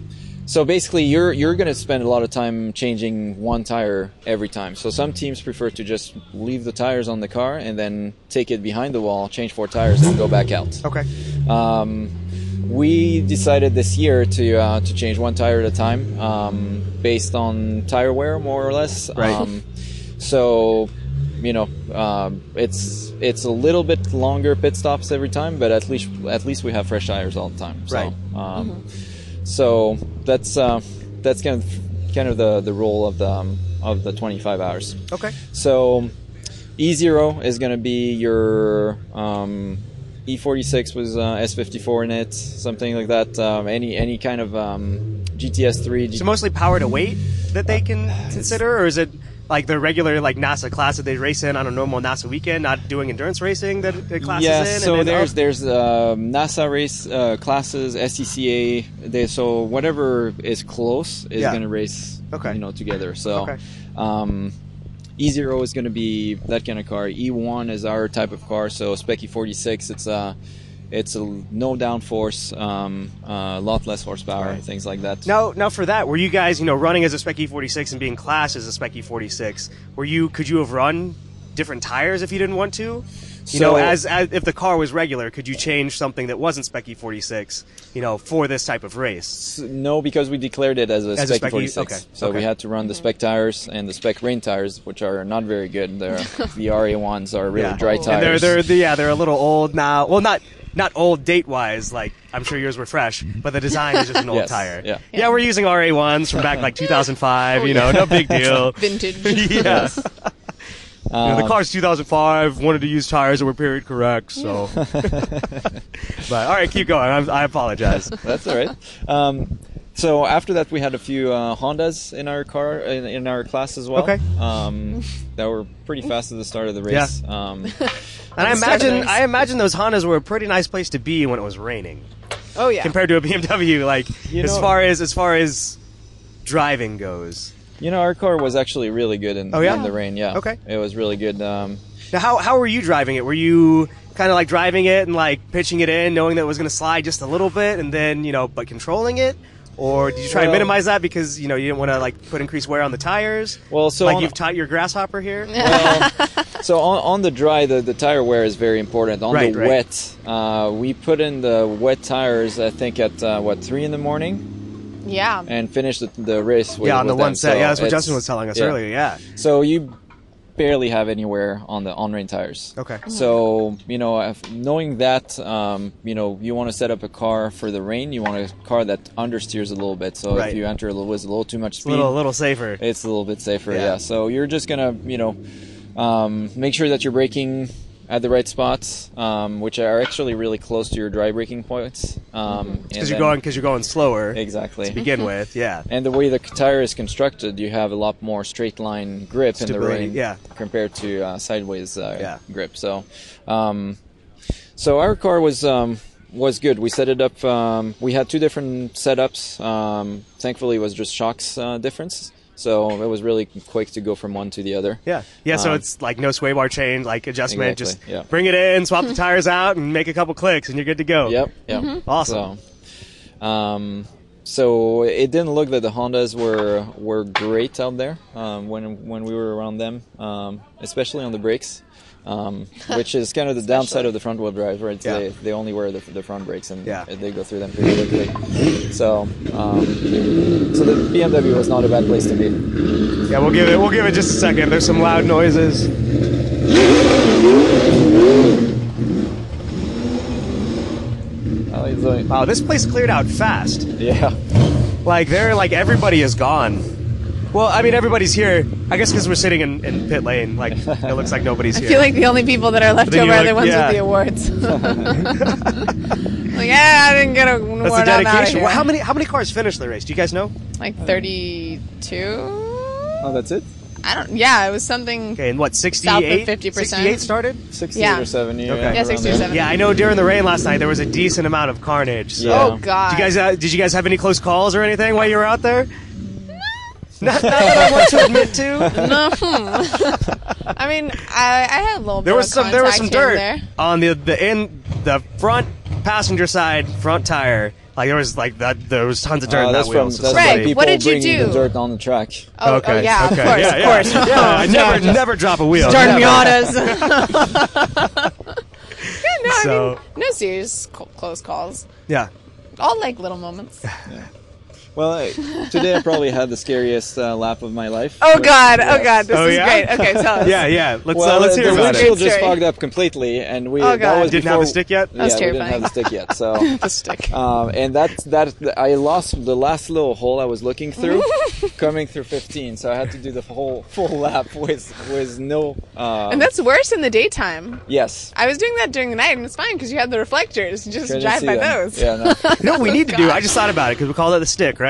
[SPEAKER 6] so basically, you're you're going to spend a lot of time changing one tire every time. So some teams prefer to just leave the tires on the car and then take it behind the wall, change four tires, and go back out.
[SPEAKER 2] okay,
[SPEAKER 6] Um, we decided this year to uh, to change one tire at a time, um, based on tire wear, more or less.
[SPEAKER 2] Right.
[SPEAKER 6] Um, so, you know, um, it's it's a little bit longer pit stops every time, but at least at least we have fresh tires all the time. So,
[SPEAKER 2] Right.
[SPEAKER 6] Um, So that's uh, that's kind of kind of the the role of the um, of the 25 hours.
[SPEAKER 2] okay,
[SPEAKER 6] So E0 is going to be your um, E46 was uh, S54 in it, something like that. Um, any any kind of um, GTS3. G- Uh,
[SPEAKER 2] so mostly power to weight that they can consider, or is it like their regular like NASA class that they race in on a normal NASA weekend, not doing endurance racing that the class
[SPEAKER 6] yeah,
[SPEAKER 2] is in?
[SPEAKER 6] so
[SPEAKER 2] and then oh,
[SPEAKER 6] there's
[SPEAKER 2] up-
[SPEAKER 6] there's um, NASA race uh, classes, SCCA. They, so whatever is close is
[SPEAKER 2] Yeah.
[SPEAKER 6] going to race.
[SPEAKER 2] Okay.
[SPEAKER 6] You know, together. So,
[SPEAKER 2] Okay.
[SPEAKER 6] um, E zero is going to be that kind of car. E one is our type of car. So Speccy forty six. It's a it's a no downforce, um, a lot less horsepower,
[SPEAKER 2] Right.
[SPEAKER 6] things like that.
[SPEAKER 2] now now for that, were you guys you know running as a Spec E46 and being classed as a Spec E46? Were you could you have run different tires if you didn't want to? You know,
[SPEAKER 6] So-
[SPEAKER 2] as, as if the car was regular, could you change something that wasn't Spec E46? You know, for this type of race.
[SPEAKER 6] S- No, because we declared it as a
[SPEAKER 2] As a
[SPEAKER 6] spec
[SPEAKER 2] spec, you-
[SPEAKER 6] 46.
[SPEAKER 2] okay,
[SPEAKER 6] So we
[SPEAKER 2] okay.
[SPEAKER 6] had to run the spec tires and the spec rain tires, which are not very good. They're, the RA ones are really
[SPEAKER 2] yeah.
[SPEAKER 6] dry tires.
[SPEAKER 2] And they're they're the- yeah they're a little old now. Well, not not old date wise. Like I'm sure yours were fresh, but the design is just an old
[SPEAKER 6] Yes,
[SPEAKER 2] tire.
[SPEAKER 6] yeah.
[SPEAKER 2] yeah, we're using RA ones from back like 2005. you know, no big deal.
[SPEAKER 7] Vintage.
[SPEAKER 2] yes. You know, the
[SPEAKER 6] Um,
[SPEAKER 2] car's 2005. Wanted to use tires that were period correct, so. but all right, keep going. I'm, I apologize.
[SPEAKER 6] That's all right. Um, so after that, we had a few uh, Hondas in our car in, in our class as well.
[SPEAKER 2] Okay.
[SPEAKER 6] Um, that were pretty fast at the start of the race. Um,
[SPEAKER 2] And I
[SPEAKER 7] That's
[SPEAKER 2] imagine
[SPEAKER 7] nice.
[SPEAKER 2] I imagine those Hondas were a pretty nice place to be when it was raining
[SPEAKER 7] Oh yeah.
[SPEAKER 2] compared to a BMW. Like
[SPEAKER 6] You
[SPEAKER 2] as
[SPEAKER 6] know-
[SPEAKER 2] far as as far as driving goes.
[SPEAKER 6] you know, our car was actually really good in,
[SPEAKER 2] Oh, yeah?
[SPEAKER 6] in the rain. Yeah.
[SPEAKER 2] Okay.
[SPEAKER 6] It was really good. Um,
[SPEAKER 2] Now, how how were you driving it? Were you kind of like driving it and like pitching it in, knowing that it was going to slide just a little bit, and then you know, but controlling it. Or did you try to
[SPEAKER 6] Well-
[SPEAKER 2] minimize that because you know you didn't want to like put increased wear on the tires?
[SPEAKER 6] Well, so
[SPEAKER 2] like
[SPEAKER 6] on-
[SPEAKER 2] you've taught your grasshopper here.
[SPEAKER 6] well, so on, on the dry, the, the tire wear is very important. On
[SPEAKER 2] Right,
[SPEAKER 6] the
[SPEAKER 2] right.
[SPEAKER 6] wet, uh, we put in the wet tires. I think at uh, what three in the morning
[SPEAKER 7] yeah.
[SPEAKER 6] and finished the, the race. With,
[SPEAKER 2] yeah, on the
[SPEAKER 6] with
[SPEAKER 2] one
[SPEAKER 6] them.
[SPEAKER 2] set.
[SPEAKER 6] So
[SPEAKER 2] yeah, that's what
[SPEAKER 6] it's-
[SPEAKER 2] Justin was telling us
[SPEAKER 6] yeah.
[SPEAKER 2] earlier. Yeah.
[SPEAKER 6] So you barely have anywhere on the on rain tires.
[SPEAKER 2] Okay.
[SPEAKER 6] So you know, if- knowing that, um, you know, you want to set up a car for the rain. You want a car that understeers a little bit. So
[SPEAKER 2] Right.
[SPEAKER 6] if you enter a little, with a little too much
[SPEAKER 2] It's a
[SPEAKER 6] speed,
[SPEAKER 2] little, a little safer.
[SPEAKER 6] it's a little bit safer.
[SPEAKER 2] Yeah.
[SPEAKER 6] Yeah. So you're just gonna, you know, um, make sure that you're braking at the right spots, um, which are actually really close to your dry braking points. Um, and
[SPEAKER 2] Because you're
[SPEAKER 6] then-
[SPEAKER 2] going, because you're going slower
[SPEAKER 6] exactly.
[SPEAKER 2] to begin with. Yeah.
[SPEAKER 6] And the way the tire is constructed, you have a lot more straight line grip in the
[SPEAKER 2] Stability,
[SPEAKER 6] rain
[SPEAKER 2] yeah.
[SPEAKER 6] compared to uh, sideways uh,
[SPEAKER 2] Yeah.
[SPEAKER 6] grip. So, um, so our car was um, was good. We set it up. Um, we had two different setups. Um, thankfully, it was just shocks uh, difference, so it was really quick to go from one to the other.
[SPEAKER 2] Yeah. Yeah. So
[SPEAKER 6] Um,
[SPEAKER 2] it's like no sway bar change, like adjustment.
[SPEAKER 6] Exactly,
[SPEAKER 2] Just
[SPEAKER 6] yeah.
[SPEAKER 2] bring it in, swap the tires out, and make a couple clicks, and you're good to go.
[SPEAKER 6] Yep. Yep.
[SPEAKER 7] Mm-hmm.
[SPEAKER 2] Awesome.
[SPEAKER 6] So, um, so it didn't look that the Hondas were were great out there um, when when we were around them, um, especially on the brakes, um, which is kind of the downside of the front wheel drive, right?
[SPEAKER 2] Yeah.
[SPEAKER 6] They, they only wear the, the front brakes and
[SPEAKER 2] Yeah.
[SPEAKER 6] they go through them pretty quickly. So um, so the BMW was not a bad place to be.
[SPEAKER 2] Yeah. We'll give it. We'll give it just a second. There's some loud noises.
[SPEAKER 6] Oh, it's like-
[SPEAKER 2] Wow. Uh, This place cleared out fast.
[SPEAKER 6] yeah.
[SPEAKER 2] Like they're like everybody is gone. Well, I mean everybody's here. I guess because we're sitting in, in pit lane. Like it looks like nobody's
[SPEAKER 7] I
[SPEAKER 2] here.
[SPEAKER 7] feel like the only people that are left
[SPEAKER 2] Then
[SPEAKER 7] over
[SPEAKER 2] you
[SPEAKER 7] are the
[SPEAKER 2] look-
[SPEAKER 7] ones
[SPEAKER 2] yeah.
[SPEAKER 7] with the awards. like, yeah, I didn't get an award.
[SPEAKER 2] that's the
[SPEAKER 7] I'm outta
[SPEAKER 2] dedication.
[SPEAKER 7] here."
[SPEAKER 2] Well, how many how many cars finished the race? Do you guys know?
[SPEAKER 7] Like thirty-two.
[SPEAKER 6] Oh, that's it.
[SPEAKER 7] I don't. Yeah, it was something.
[SPEAKER 2] Okay, and what 68?
[SPEAKER 7] South of 50%.
[SPEAKER 2] 68 started?
[SPEAKER 6] Sixty
[SPEAKER 7] Yeah.
[SPEAKER 6] or seventy.
[SPEAKER 2] Okay.
[SPEAKER 6] around
[SPEAKER 7] Yeah,
[SPEAKER 6] there.
[SPEAKER 7] 60 or 70.
[SPEAKER 2] Yeah, I know during the rain last night there was a decent amount of carnage. So.
[SPEAKER 6] Yeah.
[SPEAKER 7] Oh God.
[SPEAKER 2] Did you guys uh, did you guys have any close calls or anything while you were out there? Not, not that I want to admit to.
[SPEAKER 7] No, hmm. I mean, I, I had a little
[SPEAKER 2] There
[SPEAKER 7] bit
[SPEAKER 2] was
[SPEAKER 7] of
[SPEAKER 2] some there was
[SPEAKER 7] contact
[SPEAKER 2] some
[SPEAKER 7] here and
[SPEAKER 2] dirt
[SPEAKER 7] there.
[SPEAKER 2] on the the in the front passenger side front tire. Like there was like that there was tons of dirt
[SPEAKER 6] Uh,
[SPEAKER 2] in that
[SPEAKER 6] that's
[SPEAKER 2] wheel.
[SPEAKER 6] from
[SPEAKER 2] so
[SPEAKER 6] that's
[SPEAKER 7] Greg,
[SPEAKER 6] from people
[SPEAKER 7] what did you
[SPEAKER 6] bringing
[SPEAKER 7] do?
[SPEAKER 6] the dirt on the track.
[SPEAKER 7] Oh,
[SPEAKER 2] okay.
[SPEAKER 7] oh yeah,
[SPEAKER 2] okay.
[SPEAKER 7] of course,
[SPEAKER 2] yeah,
[SPEAKER 7] of
[SPEAKER 2] yeah.
[SPEAKER 7] course.
[SPEAKER 2] Yeah, I never never drop a wheel.
[SPEAKER 7] Darn
[SPEAKER 2] Never.
[SPEAKER 7] Miatas. yeah, no, I
[SPEAKER 2] So-
[SPEAKER 7] mean, no serious co- close calls.
[SPEAKER 2] Yeah.
[SPEAKER 7] All like little moments.
[SPEAKER 6] Well, I- today I probably had the scariest uh, lap of my life.
[SPEAKER 7] Oh
[SPEAKER 6] But-
[SPEAKER 7] God!
[SPEAKER 6] yes.
[SPEAKER 7] Oh God! This
[SPEAKER 2] Oh,
[SPEAKER 7] is
[SPEAKER 2] yeah?
[SPEAKER 7] great. Okay, tell us.
[SPEAKER 2] Yeah, yeah. Let's
[SPEAKER 6] Well,
[SPEAKER 2] uh, let's hear
[SPEAKER 6] the
[SPEAKER 2] about it.
[SPEAKER 6] windshield just
[SPEAKER 7] Sure.
[SPEAKER 6] fogged up completely, and we
[SPEAKER 7] Oh,
[SPEAKER 6] that
[SPEAKER 7] God.
[SPEAKER 6] was
[SPEAKER 2] Didn't have
[SPEAKER 6] before-
[SPEAKER 2] the stick yet?
[SPEAKER 7] That was
[SPEAKER 6] yeah, we
[SPEAKER 7] terrifying.
[SPEAKER 6] didn't have the stick yet. So,
[SPEAKER 7] The stick.
[SPEAKER 6] um, and that that I lost the last little hole I was looking through, coming through 15. So I had to do the whole full lap with with no. Um,
[SPEAKER 7] and that's worse in the daytime.
[SPEAKER 6] yes.
[SPEAKER 7] I was doing that during the night, and it's fine because you had the reflectors. You just
[SPEAKER 6] Couldn't
[SPEAKER 7] drive
[SPEAKER 6] see
[SPEAKER 7] by
[SPEAKER 6] them.
[SPEAKER 7] those.
[SPEAKER 6] Yeah. No.
[SPEAKER 2] You know what we need to do?
[SPEAKER 7] God.
[SPEAKER 2] I just thought about it because we call that the stick, right?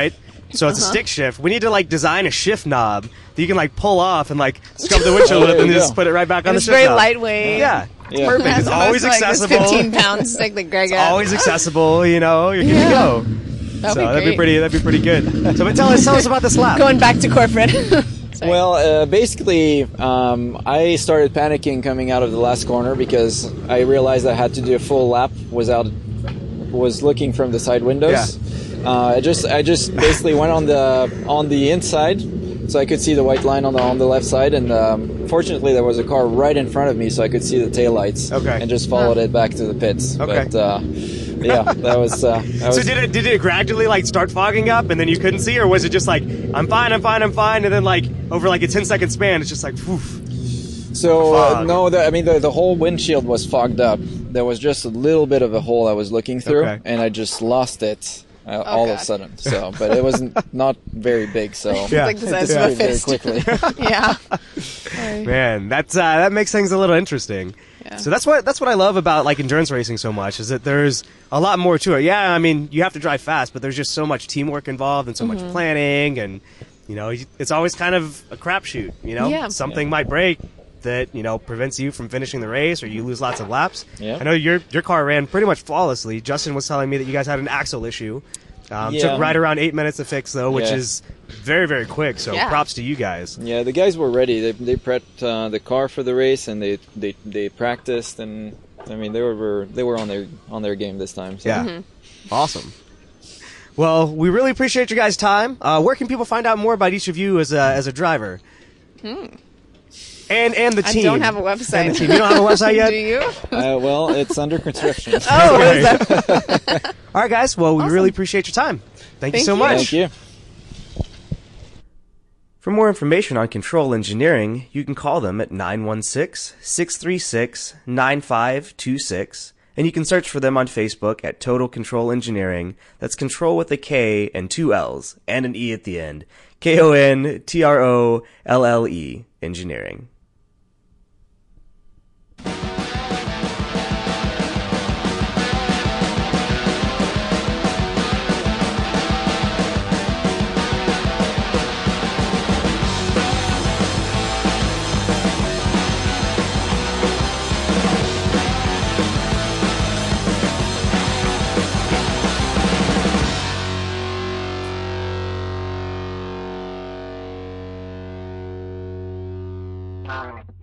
[SPEAKER 2] So it's
[SPEAKER 7] Uh-huh.
[SPEAKER 2] a stick shift. We need to like design a shift knob that you can like pull off and like scrub the windshield
[SPEAKER 6] Oh,
[SPEAKER 2] with,
[SPEAKER 6] there
[SPEAKER 2] and
[SPEAKER 6] you
[SPEAKER 2] just
[SPEAKER 6] go.
[SPEAKER 2] put it right back on
[SPEAKER 7] And
[SPEAKER 2] the
[SPEAKER 7] it's
[SPEAKER 2] shift
[SPEAKER 7] very
[SPEAKER 2] knob.
[SPEAKER 7] lightweight.
[SPEAKER 2] Yeah,
[SPEAKER 6] Yeah.
[SPEAKER 7] Perfect.
[SPEAKER 2] It's
[SPEAKER 7] As
[SPEAKER 2] always
[SPEAKER 7] opposed to, like, this
[SPEAKER 2] accessible.
[SPEAKER 7] 15 pound stick that Greg got.
[SPEAKER 2] always accessible. You know, you're good
[SPEAKER 7] Yeah.
[SPEAKER 2] to go. so
[SPEAKER 7] That'd be
[SPEAKER 2] that'd be
[SPEAKER 7] great.
[SPEAKER 2] pretty. That'd be pretty good. So, but tell us, tell us about this lab.
[SPEAKER 7] Going back to corporate. Sorry.
[SPEAKER 6] Well, uh, basically, um, I started panicking coming out of the last corner because I realized I had to do a full lap without was looking from the side windows. Uh, I just I just basically went on the on the inside, so I could see the white line on the on the left side, and um, fortunately there was a car right in front of me, so I could see the taillights.
[SPEAKER 2] Okay.
[SPEAKER 6] And just followed it back to the pits.
[SPEAKER 2] Okay.
[SPEAKER 6] But, uh, yeah, that was. Uh, that was
[SPEAKER 2] So did it did it gradually like start fogging up and then you couldn't see or was it just like I'm fine I'm fine I'm fine and then like over like a 10 second span it's just like woof.
[SPEAKER 6] So uh,
[SPEAKER 2] Fog.
[SPEAKER 6] no, the, I mean the, the whole windshield was fogged up. There was just a little bit of a hole I was looking through,
[SPEAKER 2] Okay.
[SPEAKER 6] and I just lost it uh, all of
[SPEAKER 7] God.
[SPEAKER 6] a sudden. So, but it wasn't not very big. So
[SPEAKER 2] Yeah.
[SPEAKER 7] Like the
[SPEAKER 6] it
[SPEAKER 7] size of
[SPEAKER 6] disappeared
[SPEAKER 7] a
[SPEAKER 6] very
[SPEAKER 7] fist.
[SPEAKER 6] quickly.
[SPEAKER 7] yeah.
[SPEAKER 2] Man, that's uh, that makes things a little interesting.
[SPEAKER 7] Yeah.
[SPEAKER 2] So that's what that's what I love about like endurance racing so much is that there's a lot more to it. Yeah, I mean, you have to drive fast, but there's just so much teamwork involved and so
[SPEAKER 7] Mm-hmm.
[SPEAKER 2] much planning and you know, you- it's always kind of a crapshoot, you know?
[SPEAKER 7] Yeah.
[SPEAKER 2] Something might break that, you know, prevents you from finishing the race or you lose lots of laps.
[SPEAKER 6] Yeah.
[SPEAKER 2] I know your your car ran pretty much flawlessly. Justin was telling me that you guys had an axle issue. Um,
[SPEAKER 6] Yeah.
[SPEAKER 2] Took right around eight minutes to fix though, which
[SPEAKER 6] Yeah.
[SPEAKER 2] is very very quick. So
[SPEAKER 7] Yeah.
[SPEAKER 2] props to you guys.
[SPEAKER 6] yeah, the guys were ready. They they prepped uh, the car for the race, and they they, they practiced, and I mean they were they were on their on their game this time. So.
[SPEAKER 2] Yeah.
[SPEAKER 7] Mm-hmm.
[SPEAKER 2] Awesome. Well, we really appreciate your guys' time. Uh, where can people find out more about each of you as a, as a driver? And and the
[SPEAKER 7] Hmm. I
[SPEAKER 2] team.
[SPEAKER 7] don't have a
[SPEAKER 2] And the
[SPEAKER 7] website.
[SPEAKER 2] team. You don't have a website yet.
[SPEAKER 7] Do you?
[SPEAKER 6] Uh, well, it's under construction.
[SPEAKER 2] Okay. All right, guys. Well, we really
[SPEAKER 7] Awesome.
[SPEAKER 2] appreciate your time. Thank, you
[SPEAKER 7] Thank
[SPEAKER 2] so
[SPEAKER 7] you.
[SPEAKER 2] much.
[SPEAKER 6] Thank you.
[SPEAKER 2] For more information on Control Engineering, you can call them at 916-636-9526, and you can search for them on Facebook at Total Control Engineering. That's control with a K and two L's and an E at the end. K-O-N-T-R-O-L-L-E E, Engineering.
[SPEAKER 8] Thank you.